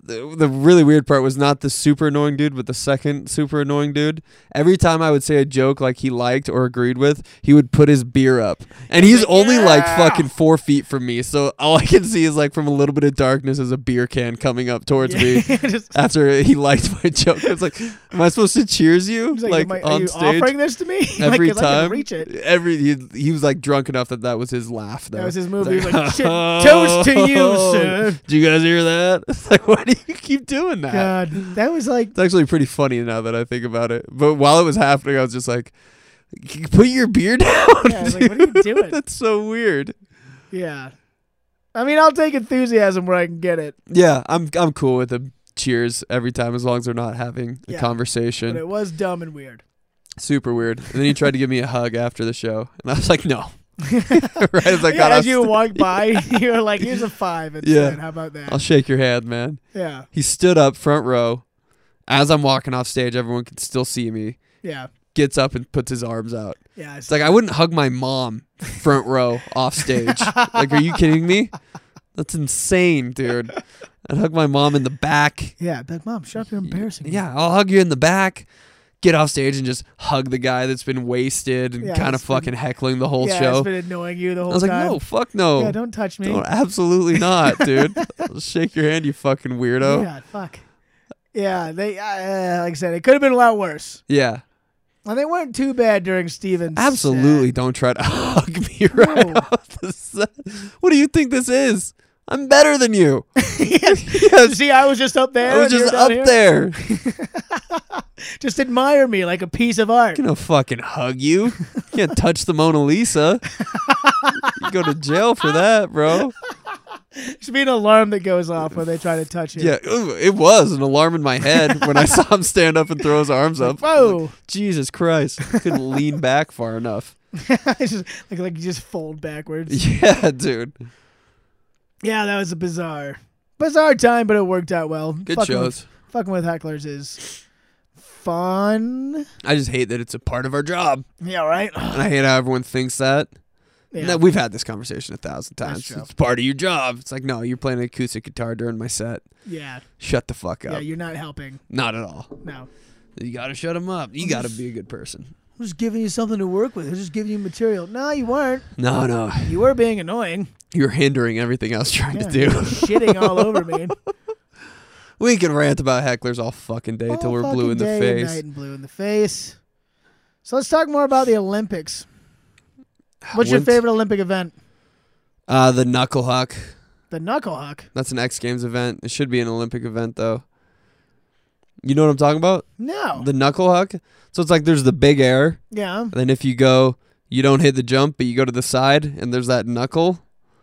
the, the really weird part was not the super annoying dude, but the second super annoying dude. Every time I would say a joke like he liked or agreed with, he would put his beer up, and he's only like fucking four feet from me. So all I can see is like from a little bit of darkness is a beer can coming up towards me. Just- After he liked my joke, it's like, am I supposed to cheers you He's like, am I- are on you stage offering this to me? Like, every 'cause I can time? reach it. Every he, he was like drunk enough that that was his laugh. Though That was his movie. He was like, "Shit, toast to you, sir." Do you guys hear that? It's like, why do you keep doing that? God, that was like It's actually pretty funny now that I think about it. But while it was happening, I was just like, "C- put your beer down. Yeah, I was like, what are you dude." doing? That's so weird. Yeah. I mean, I'll take enthusiasm where I can get it, Yeah, I'm I'm cool with the cheers every time as long as they're not having a Yeah, conversation. but it was dumb and weird. Super weird. And then he tried to give me a hug after the show, and I was like, no. right as I got yeah, out as you st- walked by, you were like, "Here's a five and Yeah. Uh, How about that? I'll shake your hand, man. yeah, He stood up front row. As I'm walking off stage, everyone can still see me. yeah, Gets up and puts his arms out. yeah. It's like I wouldn't hug my mom front row off stage. like, are you kidding me? That's insane, dude. I'd hug my mom in the back. yeah, but mom, shut up! You're embarrassing. me." Yeah, I'll hug you in the back. Get off stage and just hug the guy that's been wasted and Yeah, kind of it's been- fucking heckling the whole yeah. show. It's been annoying you the I whole was like, time. no, fuck no. yeah, don't touch me. Don't- absolutely not, dude. I'll shake your hand, you fucking weirdo. Yeah. Yeah, fuck. Yeah, they uh, like I said, it could have been a lot worse. And they weren't too bad during Stevens. Absolutely don't try to hug me right No. off the set. What do you think this is? I'm better than you. yes. Yes. See, I was just up there. I was and you just were down up here. there. Just admire me like a piece of art. I'm gonna fucking hug you. You can't touch the Mona Lisa. you go to jail for that, bro. should be an alarm that goes off when they try to touch you. Yeah, ooh, it was an alarm in my head when I saw him stand up and throw his arms up. Whoa! Jesus Christ, I couldn't lean back far enough. It's just like like you just fold backwards. Yeah, dude. Yeah, that was a bizarre, bizarre time, but it worked out well. Good fucking shows. With, fucking with hecklers is fun. I just hate that it's a part of our job, Yeah, right. and I hate how everyone thinks that. Yeah. No, we've had this conversation a thousand times. true. It's part of your job. It's like, no, you're playing an acoustic guitar during my set. yeah, Shut the fuck up. yeah. You're not helping. Not at all. No, You gotta shut him up. You gotta be a good person. I'm just giving you something to work with. I'm just giving you material. No, you weren't. No, no, You were being annoying. you're hindering everything I was trying Yeah, to you were do. shitting all over me. we can rant about hecklers all fucking day till All we're fucking blue in the day And face. night and blue in the face. So let's talk more about the Olympics. What's your Went- favorite Olympic event? Uh, the knuckle huck. The knuckle huck. That's an X Games event. It should be an Olympic event though. You know what I'm talking about? No. The knuckle huck. So it's like there's the big air, yeah. and then if you go, you don't hit the jump, but you go to the side, and there's that knuckle.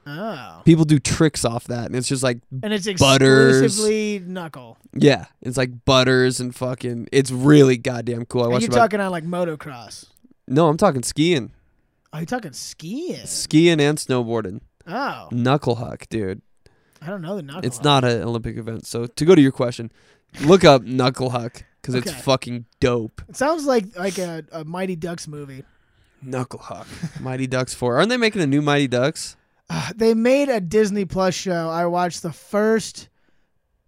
Oh. People do tricks off that, and it's just like And it's Butters. exclusively knuckle. yeah, it's like butters and fucking. It's really goddamn cool. I Are watched you about talking on like motocross? no, I'm talking skiing, Are you talking skiing? skiing and snowboarding. Oh, Knuckle huck, dude. I don't know the knuckle. It's not an Olympic event. So to go to your question, look up knuckle huck because it's Okay. fucking dope. It sounds like like a, a Mighty Ducks movie. Knuckle huck. Mighty Ducks four. Aren't they making a new Mighty Ducks? Uh, they made a Disney Plus show. I watched the first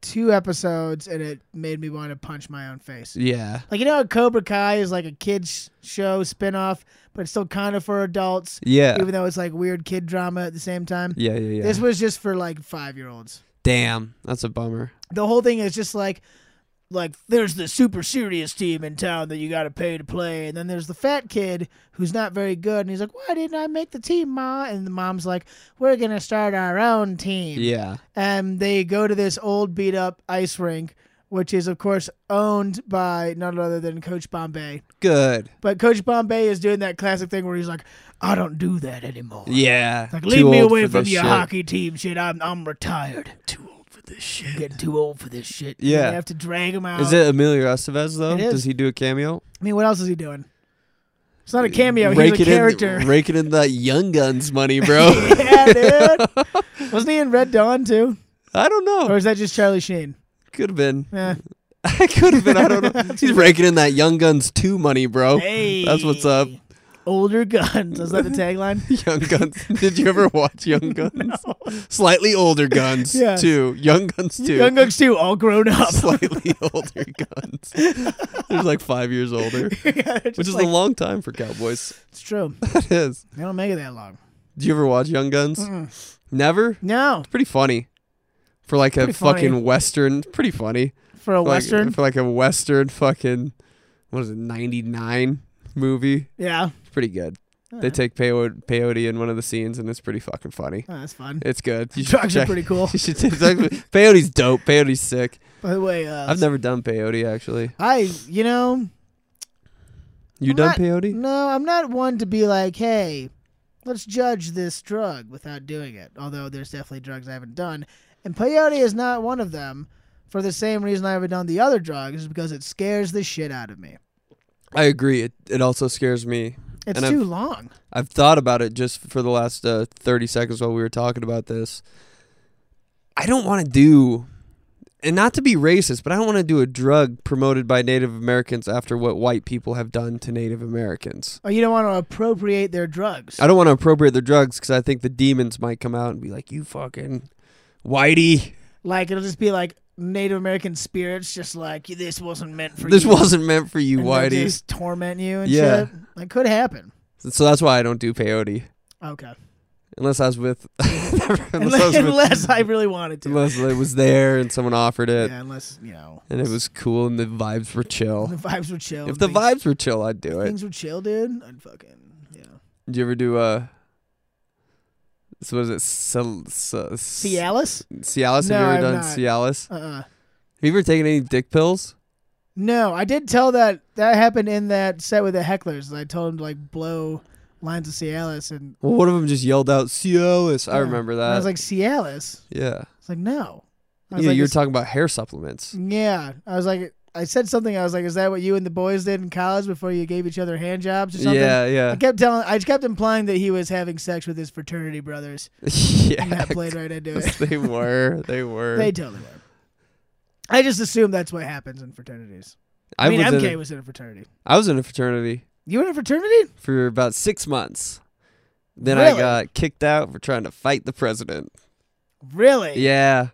two episodes and it made me want to punch my own face. Yeah. Like you know, how Cobra Kai is like a kids show spinoff, but it's still kind of for adults, Yeah. even though it's like weird kid drama at the same time. Yeah, yeah, yeah. This was just for like five year olds. Damn, that's a bummer. the whole thing is just like like there's the super serious team in town that you got to pay to play and then there's the fat kid who's not very good and he's like why didn't i make the team ma and the mom's like we're going to start our own team Yeah. and they go to this old beat up ice rink which is of course owned by none other than coach bombay Good. but coach bombay is doing that classic thing where he's like i don't do that anymore Yeah. like Too leave me old away for from this your shit. hockey team shit i'm, I'm retired too old for this shit getting too old for this shit And Yeah. they have to drag him out Is it Emilio Estevez though? It is. Does he do a cameo? I mean, what else is he doing? It's not a cameo. He's a Raking in- character. raking in that Young Guns money, bro. yeah, dude. Wasn't he in Red Dawn too, I don't know. or is that just Charlie Sheen? Could have been. Eh. I could have been. I don't know. He's raking in that Young Guns 2 money, bro. That's what's up. older guns. Is that the tagline? Young Guns. Did you ever watch Young Guns? Slightly older Guns Yeah. too. Young Guns too. Young Guns too, all grown up. Slightly older Guns. They're like five years older, yeah, they're which just is like, a long time for cowboys. it's true. That is. They don't make it that long. Do you ever watch Young Guns? Never. No, Pretty funny. For like a Mm. Pretty funny. fucking western, pretty funny. for a For like- western. for like a western fucking what is it, ninety nine movie. yeah, It's pretty good. They take peyote, peyote in one of the scenes, and it's pretty fucking funny. Oh, that's fun. It's good. You should Drugs are check- pretty cool. you should check- peyote's dope. Peyote's sick. By the way, uh, I've never done peyote actually. I you know You I'm done not- Mm. peyote? no, I'm not one to be like, hey, let's judge this drug without doing it. Although there's definitely drugs I haven't done, and peyote is not one of them. For the same reason I haven't done the other drugs, is because it scares the shit out of me. I agree. It it also scares me. It's And I've- too long. I've thought about it just for the last uh, 30 seconds while we were talking about this. I don't want to do, and not to be racist, but I don't want to do a drug promoted by Native Americans after what white people have done to Native Americans. Oh, you don't want to appropriate their drugs. I don't want to appropriate their drugs because I think the demons might come out and be like, you fucking whitey. Like it'll just be like Native American spirits, just like this wasn't meant for This you. wasn't meant for you, and they'll whitey. just torment you and Yeah. shit. That could happen. So that's why I don't do peyote. Okay. Unless I was with. unless, I Unless, was with unless I really wanted to. unless it was there and someone offered it yeah, unless you know and it was cool and the vibes were chill. the vibes were chill. If the things, vibes were chill, I'd do it. things were chill, dude, I'd fucking yeah. Did you ever do uh? So what is it? Cel- ce- ce- Cialis? Cialis? Have No, you ever I've done not. Cialis? Uh. uh Have you ever taken any dick pills? No, I did tell that that happened in that set with the hecklers. I told him to like blow lines of Cialis, and Well, one of them just yelled out Cialis. I Yeah. remember and that. I was like Cialis. yeah, It's like no. I was yeah. like, Mm, you were "It's- talking about hair supplements. Yeah, I was like, I said something. I was like, "Is that what you and the boys did in college before you gave each other hand jobs or something?" Yeah, yeah, I kept telling, I kept implying that he was having sex with his fraternity brothers, and yeah. that played right into it. 'cause they were, they were. they totally were. I just assume that's what happens in fraternities. I, I, mean, was MK in a, was in a fraternity. I was in a fraternity You in a fraternity? for about six months. Then I Really? got kicked out for trying to fight the president. Really? Yeah.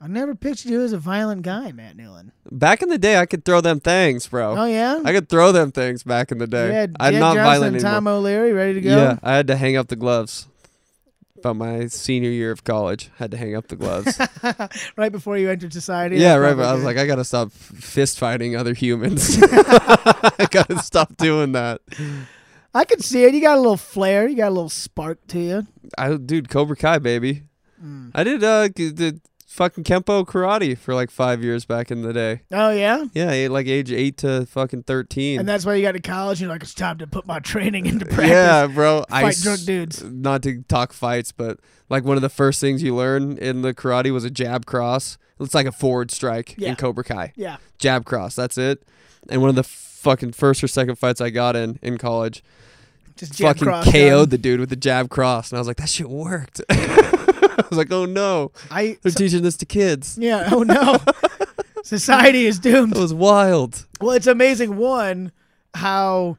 I never pictured you as a violent guy, Matt Newland. Back in the day, I could throw them things, bro. Oh, yeah. I could throw them things back in the day. You had I'm Jed not Johnson violent and anymore. Tom O'Leary ready to go. yeah, I had to hang up the gloves. About my senior year of college, had to hang up the gloves. right before you entered society. yeah, that's right. probably But I was good. like, I gotta stop f- fist fighting other humans. I gotta stop doing that. I could see it. You got a little flair. You got a little spark to you. I, dude, Cobra Kai, baby. Mm. I did uh g- did fucking kempo karate for like five years back in the day. Oh yeah. Yeah, eh, like age eight to fucking thirteen. And that's why you got to college. You're like, it's time to put my training into practice. Yeah, bro. I Fight s- drunk dudes. Not to talk fights, but like one of the first things you learn in the karate was a jab cross. It's like a forward strike Yeah. in Cobra Kai. Yeah. Jab cross, that's it. And one of the fucking first or second fights I got in in college, Just jab fucking cross. KO'd done. the dude with the jab cross, and I was like, that shit worked. I was like, oh no, I. they're teaching this to kids. Yeah. Oh no. Society is doomed. That was wild. Well, it's amazing one how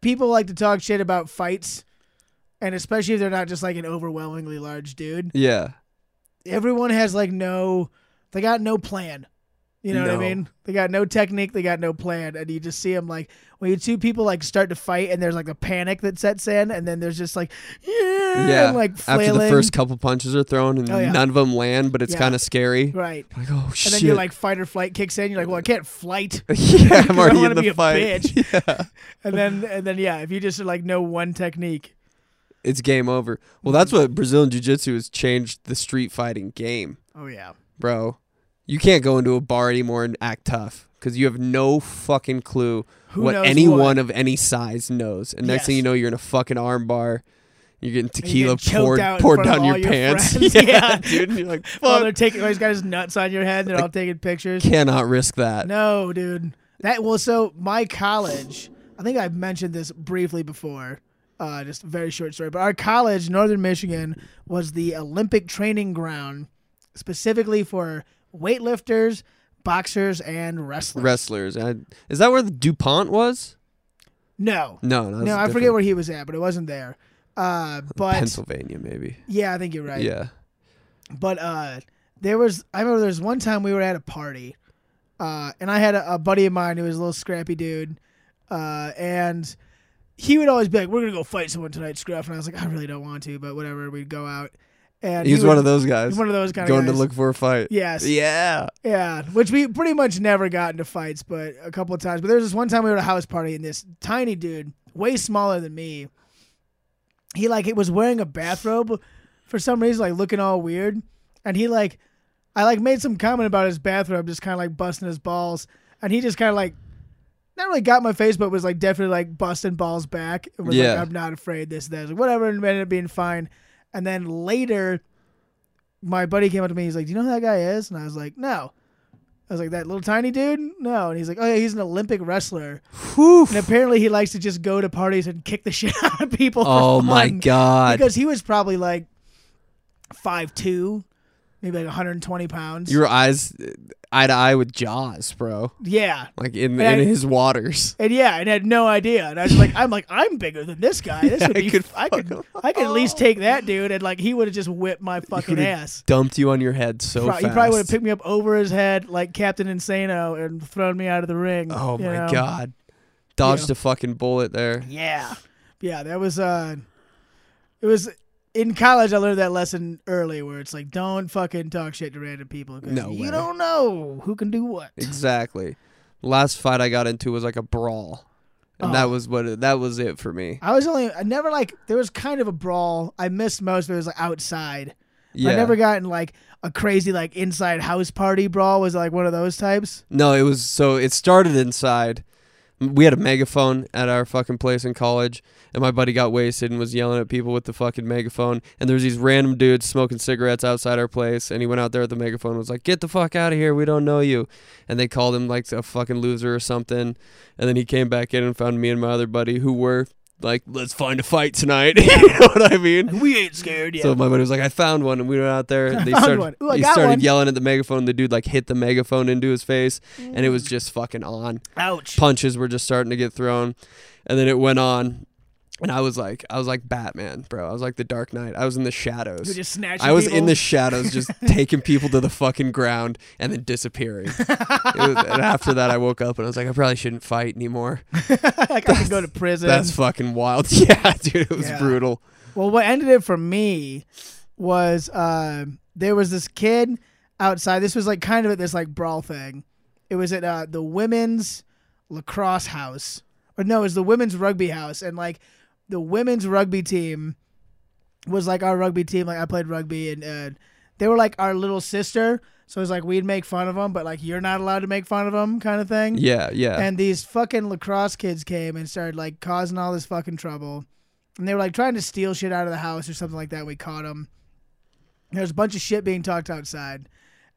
people like to talk shit about fights, and especially if they're not just like an overwhelmingly large dude. Yeah, Everyone has like no, they got no plan. You know what I No. mean? They got no technique. They got no plan, and you just see them like when you two people like start to fight, and there's like a panic that sets in, and then there's just like yeah, yeah. and, like flailing. After the first couple punches are thrown and Oh, yeah. none of them land, but it's Yeah. kind of scary. right. Like, oh And shit. then your like fight or flight kicks in. You're like, well, I can't flight. yeah, I'm I already wanna in the be a fight. Yeah. And then and then yeah, if you just like know one technique, It's game over. Well, that's what Brazilian Jiu Jitsu has changed the street fighting game, oh yeah. bro. You can't go into a bar anymore and act tough because you have no fucking clue Who what knows anyone what? of any size knows. And next Yes. thing you know, you're in a fucking arm bar. You're getting And you tequila get choked poured, out in poured front of down all your, pants. friends. yeah, yeah. dude. And you're like, Oh, fuck. they're taking. Oh, he's got his nuts on your head. They're all taking pictures. cannot risk that. No, dude. That well, so my college. I think I've mentioned this briefly before. Uh, just a very short story. But our college, Northern Michigan, was the Olympic training ground specifically for weightlifters, boxers, and wrestlers. Wrestlers. I, is that where the DuPont was? No, No, no, no, I forget where he was at, but it wasn't there. Uh, but Pennsylvania, maybe. yeah, I think you're right. Yeah. But uh, there was I remember there was one time we were at a party, uh, and I had a, a buddy of mine who was a little scrappy dude, uh, and he would always be like, "We're gonna go fight someone tonight, Scruff," and I was like, "I really don't want to," but whatever. We'd go out, and He's he would- one of those guys. he's one of those kind going of guys. to look for a fight. Yes. Yeah. Yeah, which we pretty much never got into fights, but a couple of times. But there was this one time we were at a house party, and this tiny dude, way smaller than me, he like it was wearing a bathrobe for some reason, like looking all weird, and he like, I like made some comment about his bathrobe, just kind of like busting his balls, and he just kind of like, not really got in my face, but was like definitely like busting balls back, and was like, Yeah. I'm not afraid this that like, whatever, and ended up being fine, and then later. My buddy came up to me. He's like, "Do you know who that guy is?" And I was like, "No." I was like, that little tiny dude? No. And he's like, oh, yeah, he's an Olympic wrestler. And apparently he likes to just go to parties and kick the shit out of people. for Oh my fun. god. Because he was probably like 5'2, maybe like 120 pounds. Your eyes uh, eye to eye with jaws, bro. yeah. Like in And I- in his waters. And yeah, and had no idea. And I was like, I'm like, I'm bigger than this guy. This Yeah, would I be, could I fuck could, him. I could at least take that dude. And like, he would have just whipped my fucking could've ass. Dumped you on your head so Pro- fast. he probably would have picked me up over his head like Captain Insano and thrown me out of the ring. Oh you my know? god. Dodged a fucking bullet there. Yeah. Yeah, that was uh it was in college I learned that lesson early where it's like don't fucking talk shit to random people 'cause No you way. don't know who can do what. Exactly. Last fight I got into was like a brawl. And Oh. that was what it, that was it for me. I was only I never like there was kind of a brawl. I missed most of it was like outside. Yeah. I never got in like a crazy like inside house party brawl was like one of those types. No, it was so it started inside. We had a megaphone at our fucking place in college, and my buddy got wasted and was yelling at people with the fucking megaphone. And there was these random dudes smoking cigarettes outside our place, and he went out there with the megaphone and was like, "Get the fuck out of here, we don't know you." And they called him like a fucking loser or something. And then he came back in and found me and my other buddy who were like, "Let's find a fight tonight." you know what I mean? We ain't scared yet. So my buddy was like, "I found one," and we went out there. And they started, one. Ooh, I he got started one. yelling at the megaphone. The dude like hit the megaphone into his face, and it Mm. was just fucking on. Ouch. Punches were just starting to get thrown, and then it went on. And I was like, I was like Batman, bro. I was like the Dark Knight. I was in the shadows. You're just snatching I was people? in the shadows, just taking people to the fucking ground and then disappearing. It was- and after that, I woke up and I was like, I probably shouldn't fight anymore. like I could go to prison. That's fucking wild. Yeah, dude, it was Yeah. brutal. Well, what ended it for me was uh, there was this kid outside. This was like kind of at this like brawl thing. It was at uh, the women's lacrosse house, or no, it was the women's rugby house, and like the women's rugby team was like our rugby team. Like I played rugby, and uh, they were like our little sister. So it was like we'd make fun of them, but like you're not allowed to make fun of them, kind of thing. Yeah, yeah. And these fucking lacrosse kids came and started like causing all this fucking trouble. And they were like trying to steal shit out of the house or something like that. We caught them. There was a bunch of shit being talked outside.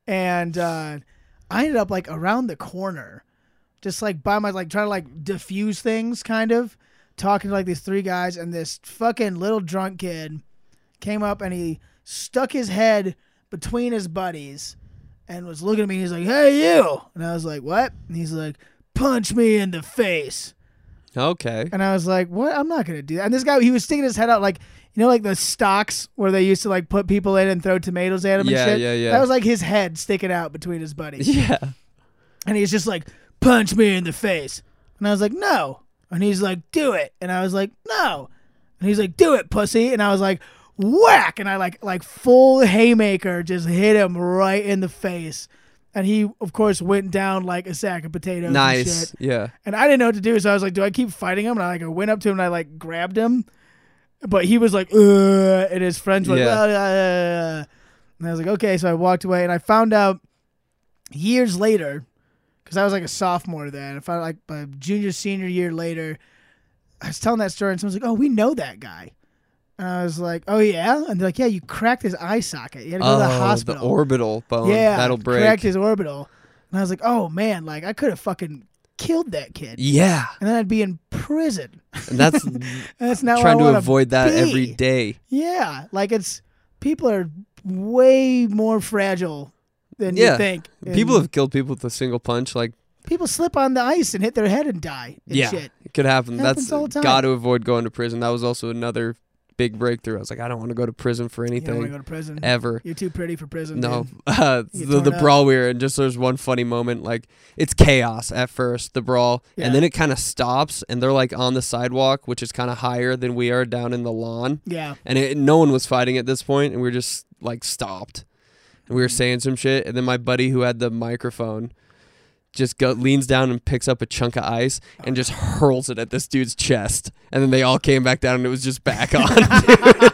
And uh, I ended up like around the corner, just like by my, like trying to like diffuse things kind of, talking to like these three guys. And this fucking little drunk kid came up and he stuck his head between his buddies and was looking at me. He's like, "Hey, you!" And I was like, "What?" And he's like, "Punch me in the face!" okay. And I was like, "What? I'm not gonna do that." And this guy, he was sticking his head out like, you know, like the stocks where they used to like put people in and throw tomatoes at him Yeah, and shit. yeah, yeah. That was like his head sticking out between his buddies, Yeah. and he's just like, "Punch me in the face!" And I was like, "No!" And he's like, "Do it!" And I was like, "No!" And he's like, "Do it, pussy!" And I was like. Whack! And I like like full haymaker just hit him right in the face, and he of course went down like a sack of potatoes. and shit. Nice. Yeah. And I didn't know what to do, so I was like, "Do I keep fighting him?" And I like I went up to him and I like grabbed him, but he was like, Ugh, and his friends were like, Yeah. "Uh, uh, uh." and I was like, "Okay." So I walked away, and I found out years later, because I was like a sophomore then. I found like my junior senior year later, I was telling that story, and someone's like, "Oh, we know that guy." And I was like, "Oh yeah," and they're like, "Yeah, you cracked his eye socket. You had to go oh, to the hospital." orbital bone. yeah, that'll break. Cracked his orbital, and I was like, "Oh man, like I could have fucking killed that kid." yeah, and then I'd be in prison. and that's And that's not trying where I to wanna avoid that be. every day. Yeah, like it's people are way more fragile than you Yeah. think. And People have killed people with a single punch, like People slip on the ice and hit their head and die. And yeah, Shit. it could happen. Happens That's all the time. got to avoid going to prison. That was also another big breakthrough. I was like, I don't want to go to prison for You don't anything want to go to prison. ever. You're too pretty for prison. eh. No, dude. uh, the, You the torn up. brawl we were in, just there's one funny moment. Like, it's chaos at first, the brawl, Yeah. and then it kind of stops, and they're like on the sidewalk, which is kind of higher than we are down in the lawn. Yeah. And it, no one was fighting at this point, and we were just like stopped. And we were saying some shit, and then my buddy who had the microphone just go, leans down and picks up a chunk of ice and just hurls it at this dude's chest. And then they all came back down, and it was just back on. dude.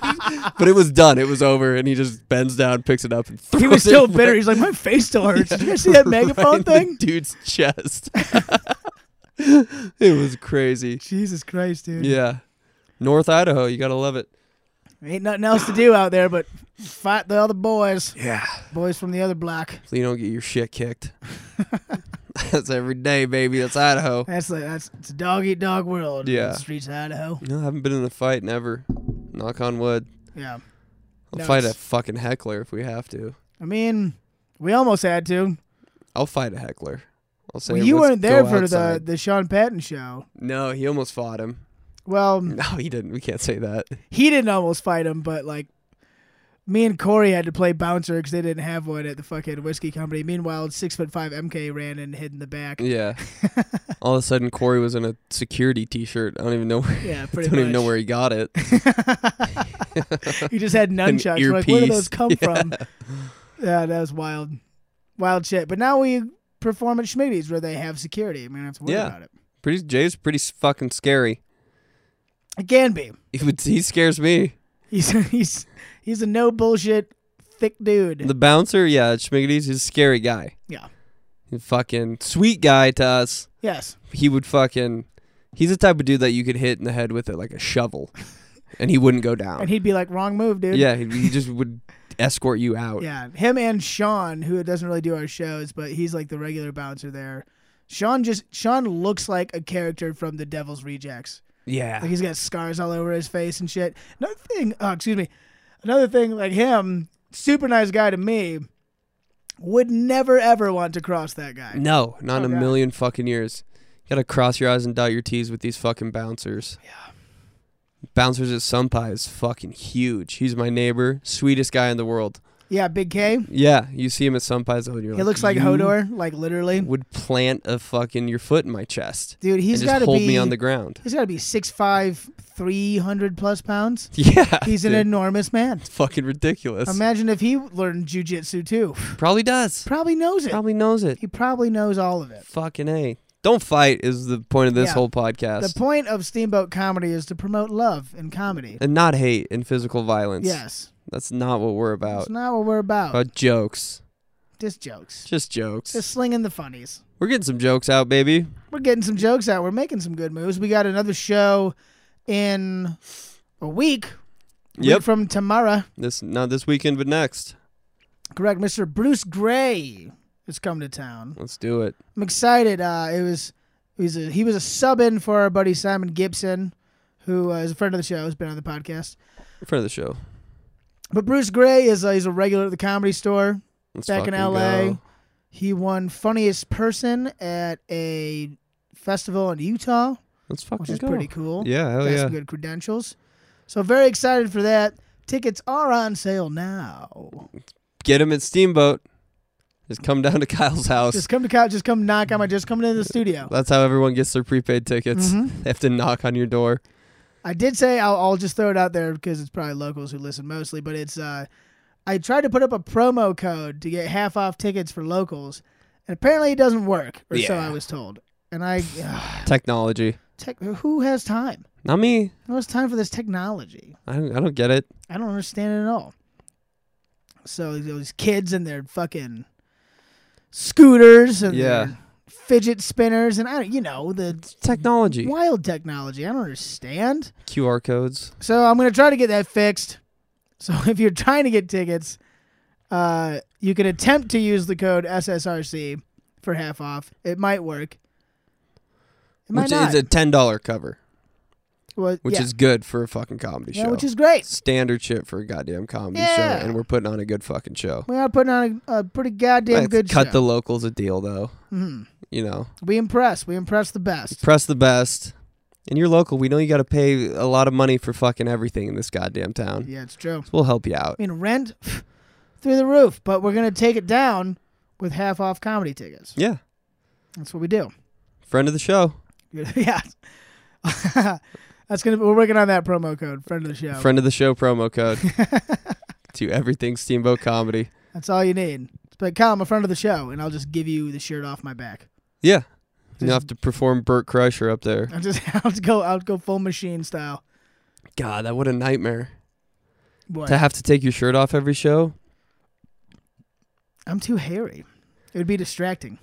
but it was done. It was over, and he just bends down, picks it up, and throws He was it still right- bitter. He's like, my face still hurts. Did you guys see that right megaphone in thing? The dude's chest. it was crazy. Jesus Christ, dude. Yeah. North Idaho, you gotta love it. Ain't nothing else to do out there but fight the other boys. Yeah. Boys from the other block. So you don't get your shit kicked. That's every day, baby. That's Idaho. That's like that's it's a dog eat dog world. in Yeah. the streets of Idaho. No, I haven't been in a fight in ever. Knock on wood. Yeah. I'll No, fight a it's- fucking heckler if we have to. I mean, we almost had to. I'll fight a heckler. I'll say Well, you "Let's weren't there go for outside." the the Sean Patton show. No, he almost fought him. Well, No, he didn't. We can't say that. he didn't almost fight him, but like me and Corey had to play bouncer because they didn't have one at the fucking whiskey company. Meanwhile, six foot five MK ran and hid in the back. Yeah. All of a sudden, Corey was in a security T-shirt. I don't even know. Where, Yeah, I pretty don't even know much. where he got it. he just had nunchucks. We're like, where did earpiece. those come from? Yeah, that was wild, wild shit. But now we perform at Schmidty's where they have security. I mean, I have to worry Yeah. about it. Pretty Jay's pretty s- fucking scary. It can be. He would, he scares me. He's he's he's a no bullshit thick dude. The bouncer, yeah, at Schmiggity's, he's a scary guy. yeah. He's fucking sweet guy to us. Yes. He would fucking. He's the type of dude that you could hit in the head with it like a shovel, and he wouldn't go down. And he'd be like, wrong move, dude. yeah, he, he just would escort you out. Yeah. Him and Sean, who doesn't really do our shows, but he's like the regular bouncer there. Sean just Sean looks like a character from the Devil's Rejects. Yeah. Like he's got scars all over his face and shit. Another thing, oh, excuse me. Another thing, like him, super nice guy to me, would never ever want to cross that guy. No, not in a God. million fucking years. You gotta cross your eyes and dot your T's with these fucking bouncers. Yeah. Bouncers at Sunpie is fucking huge. He's my neighbor, sweetest guy in the worie world. Yeah, Big K. Yeah, you see him at Sunpie's and you're He looks like "You Hodor, like literally. Would plant a fucking your foot in my chest. Dude, he's and just got to hold be. me on the ground. he's got to be 6'5", 300 plus pounds. Yeah. He's an dude, enormous man. fucking ridiculous. Imagine if he learned jujitsu too. Probably does. Probably knows it. Probably knows it. He probably knows all of it. Fucking A. Don't fight is the point of this Yeah. whole The podcast. point of Steamboat Comedy is to promote love and comedy. and not hate and physical violence. Yes, That's not what we're that's about. not what we're about. About jokes. Just jokes. Just jokes. Just slinging the funnies. We're getting some jokes out, baby. We're getting some jokes out. We're making some good moves. We got another show in a week. Week Yep. From tomorrow. This not this weekend, but next. Correct. Mr. Bruce Gray has come to town. Let's do it. I'm excited. Uh, it was, he was a, he was a sub in for our buddy Simon Gibson, who uh, is a friend of the show, has been on the podcast. In front of the show. But Bruce Gray is a, he's a regular at the comedy store. Let's Back in fucking LA. go. He won funniest person at a festival in Utah, Let's fucking which is go. pretty cool. Yeah, hell got yeah. some good credentials. So very excited for that. Tickets are on sale now. Get him at Steamboat. Just come down to Kyle's house. Just come to couch. Just come knock on my. Just come into the studio. That's how everyone gets their prepaid tickets. Mm-hmm. They have to knock on your door. I did say I'll, I'll just throw it out there because it's probably locals who listen mostly, but it's uh, I tried to put up a promo code to get half off tickets for locals, and apparently it doesn't work, or so Yeah. I was told. And I, ugh, Technology. tech, who has time? Not me. Who has time for this technology? I don't, I don't get it. I don't understand it at all. So those kids and their fucking scooters and Yeah. their fidget spinners and I don't, you know, the Technology. wild technology. I don't understand. QR codes. So I'm gonna try to get that fixed. So if you're trying to get tickets, uh, you can attempt to use the code SSRC for half off. It might work. It might Which not. is a ten dollar cover. Well, which yeah. is good for a fucking comedy yeah, show. which is great. standard shit for a goddamn comedy Yeah. show, and we're putting on a good fucking show. We are putting on a, a pretty goddamn Let's good cut show. the locals a deal though. Mhm. You know, We impress. We impress the best. press the best. And you're local. We know you got to pay a lot of money for fucking everything in this goddamn town. Yeah, it's true. We'll help you out. I mean, rent through the roof, but we're gonna take it down with half off comedy tickets. Yeah, That's what we do. friend of the show, yeah. That's gonna. We're working on that promo code, friend of the show. friend of the show promo code to everything Steamboat Comedy. That's all you need. But Kyle, I'm a friend of the show, and I'll just give you the shirt off my back. Yeah, Just- you have to perform Burt Kreischer up there. I'll just, I'll just go, I'll go full machine style. God, that what a nightmare Boy, to have to take your shirt off every show. I'm too hairy. It would be distracting.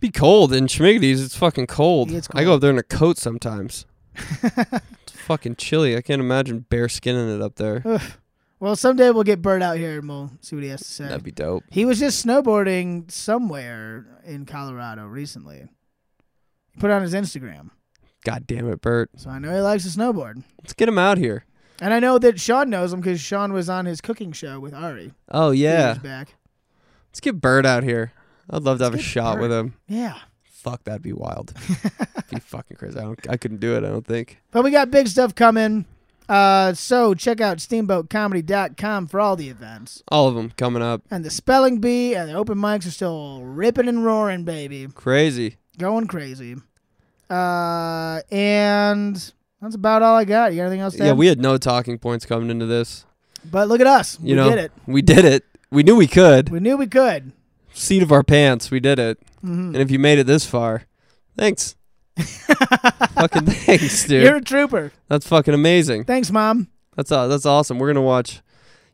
Be cold in Schmigdies. It's fucking cold. It's I go cold. up there in a coat sometimes. it's fucking chilly. I can't imagine bare skinning it up there. Ugh. Well, someday we'll get Bert out here and we'll see what he has to say. That'd be dope. he was just snowboarding somewhere in Colorado recently. He put it on his Instagram, God damn it, Bert. so I know he likes to snowboard. Let's get him out here. And I know that Sean knows him because Sean was on his cooking show with Ari. a few Oh yeah. years back. Let's get Bert out here. I'd love to have a get shot Bert. with him. Yeah. Fuck, that'd be wild. be fucking crazy. I don't. I couldn't do it. I don't think. But we got big stuff coming. Uh, so check out steamboatcomedy.com for all the events. All of them coming up. And the spelling bee and the open mics are still ripping and roaring, baby. Crazy. Going crazy. Uh, and that's about all I got. You got anything else to Yeah, add? we had no talking points coming into this. but look at us. You we know, did it. we did it. We knew we could. We knew we could. Seat of our pants. We did it. Mhm. And if you made it this far, thanks. fucking thanks, dude. You're a trooper. that's fucking amazing. Thanks, Mom. That's uh, that's awesome. We're gonna watch.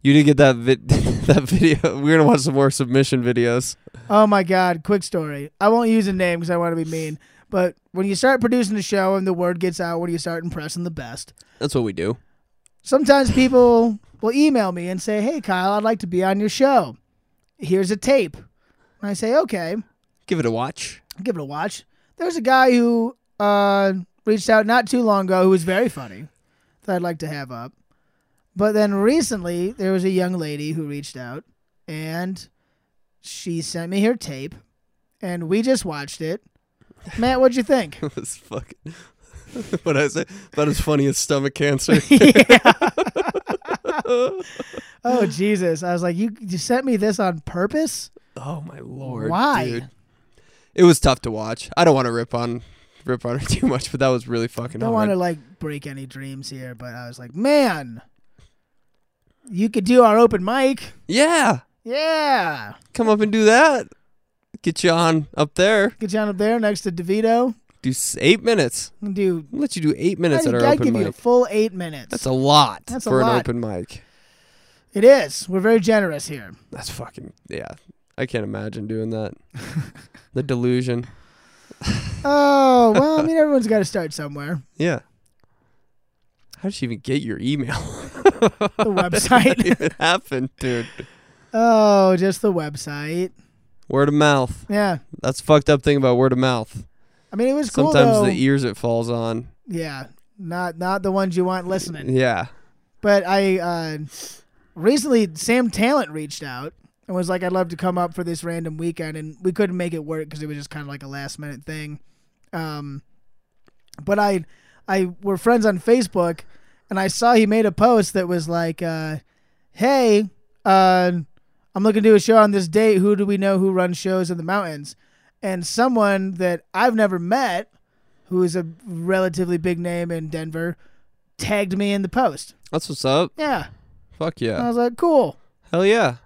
You did get that vid- that video. We're gonna watch some more submission videos. Oh, my God. Quick story. I won't use a name because I want to be mean. But when you start producing a show and the word gets out, when you start impressing the best, That's what we do. Sometimes people will email me and say, Hey, Kyle, I'd like to be on your show. Here's a tape. And I say, Okay, Give it a watch. give it a watch. There's a guy who uh, reached out not too long ago who was very funny that I'd like to have up. But then recently, there was a young lady who reached out and she sent me her tape and we just watched it. Matt, what'd you think? It was fucking. what I say about as funny as stomach cancer. oh, Jesus. I was like, You, you sent me this on purpose? oh my lord! Why? dude. It was tough to watch. I don't want to rip on rip on her too much, but that was really fucking don't hard. want to like break any dreams here, but I was like, man, you could do our open mic. yeah, Yeah. come up and do that. Get you on up there. Get you on up there next to DeVito Do s- eight minutes. and do. I'll let you do eight I minutes at think our I'd open give mic. you a full eight minutes. That's a lot That's a for an lot. open mic. it is. We're very generous here. That's fucking yeah. I can't imagine doing that. the delusion. Oh, well, I mean, everyone's got to start somewhere. Yeah. How did she even get your email? The website. it happened, dude. oh, just the website. Word of mouth. Yeah. That's the fucked up thing about word of mouth. I mean, it was cool. Sometimes though. the e ears it falls on. yeah. Not not the ones you want listening. Yeah. But I uh, recently Sam Talent reached out and was like, "I'd love to come up for this random weekend," and we couldn't make it work because it was just kind of like a last minute thing. Um, but I, I were friends on Facebook, and I saw he made a post that was like, uh, "Hey, uh, I'm looking to do a show on this date. Who do we know who runs shows in the mountains?" And someone that I've never met, who is a relatively big name in Denver, tagged me in the post. That's what's up. Yeah. Fuck yeah. I was like, cool. Hell yeah.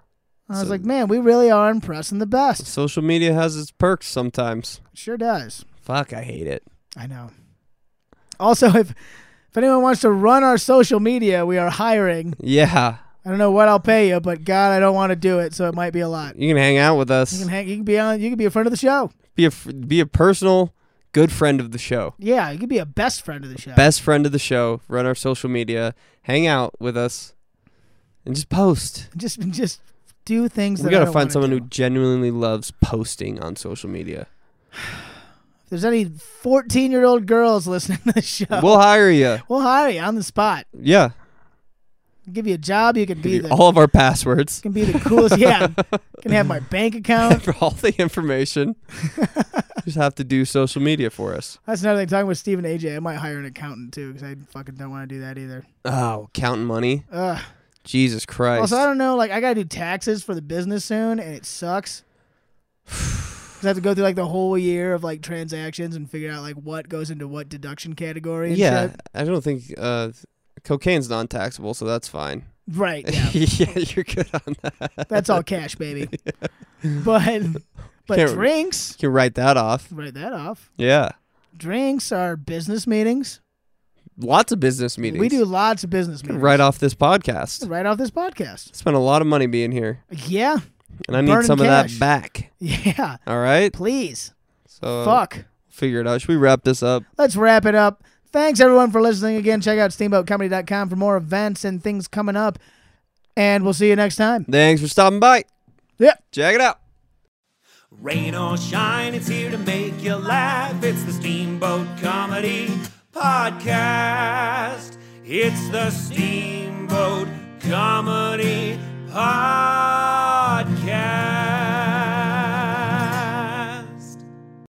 I was So- like, man, we really are impressing the best. Social media has its perks sometimes. Sure does. Fuck, I hate it. I know. Also, if if anyone wants to run our social media, we are hiring. Yeah. I don't know what I'll pay you, but God, I don't want to do it, so it might be a lot. You can hang out with You us. can hang, you can be on. You can be a friend of the show. Be a fr- be a personal good friend of the show. Yeah, you can be a best friend of the show. best friend of the show, run our social media, hang out with us, and just post. Just just do things. We that I gotta don't find wanna someone do. who genuinely loves posting on social media. I If there's any 14 year old girls listening to this show, we'll, We'll hire you. hire you on the spot. Yeah. Give you a job. You can be the All of our passwords. can be the coolest. yeah, can have my bank account. For all the information. just have to do social media for us. That's another thing. Talking with Steve and AJ, I might hire an accountant too because I fucking don't want to do that either. Oh, counting money. Ugh. Jesus Christ. Also, I don't know. Like, I gotta do taxes for the business soon, and it sucks. 'Cause I have to go through like the whole year of like transactions and figure out like what goes into what deduction category. And yeah, shit. I don't think uh, cocaine's non-taxable, so that's fine. right. Yeah, Yeah, you're good on that. You that's all cash, baby. But but Can't- drinks, can write that off. write that off. Yeah, Drinks are business meetings. lots of business meetings. We do lots of business meetings. right off this podcast. right off this podcast. Spent a lot of money being here, Yeah, and I need Burning some of cash. that back. yeah. All right, Please, so fuck. figure it out. Should we wrap this up? let's wrap it up. Thanks everyone for listening again. Check out steamboatcomedy.com for more events and things coming up. And we'll see you next time. Thanks for stopping by. Yeah. Check it out. Rain or shine, it's here to make you laugh. It's the Steamboat Comedy Podcast. It's the Steamboat Comedy Podcast.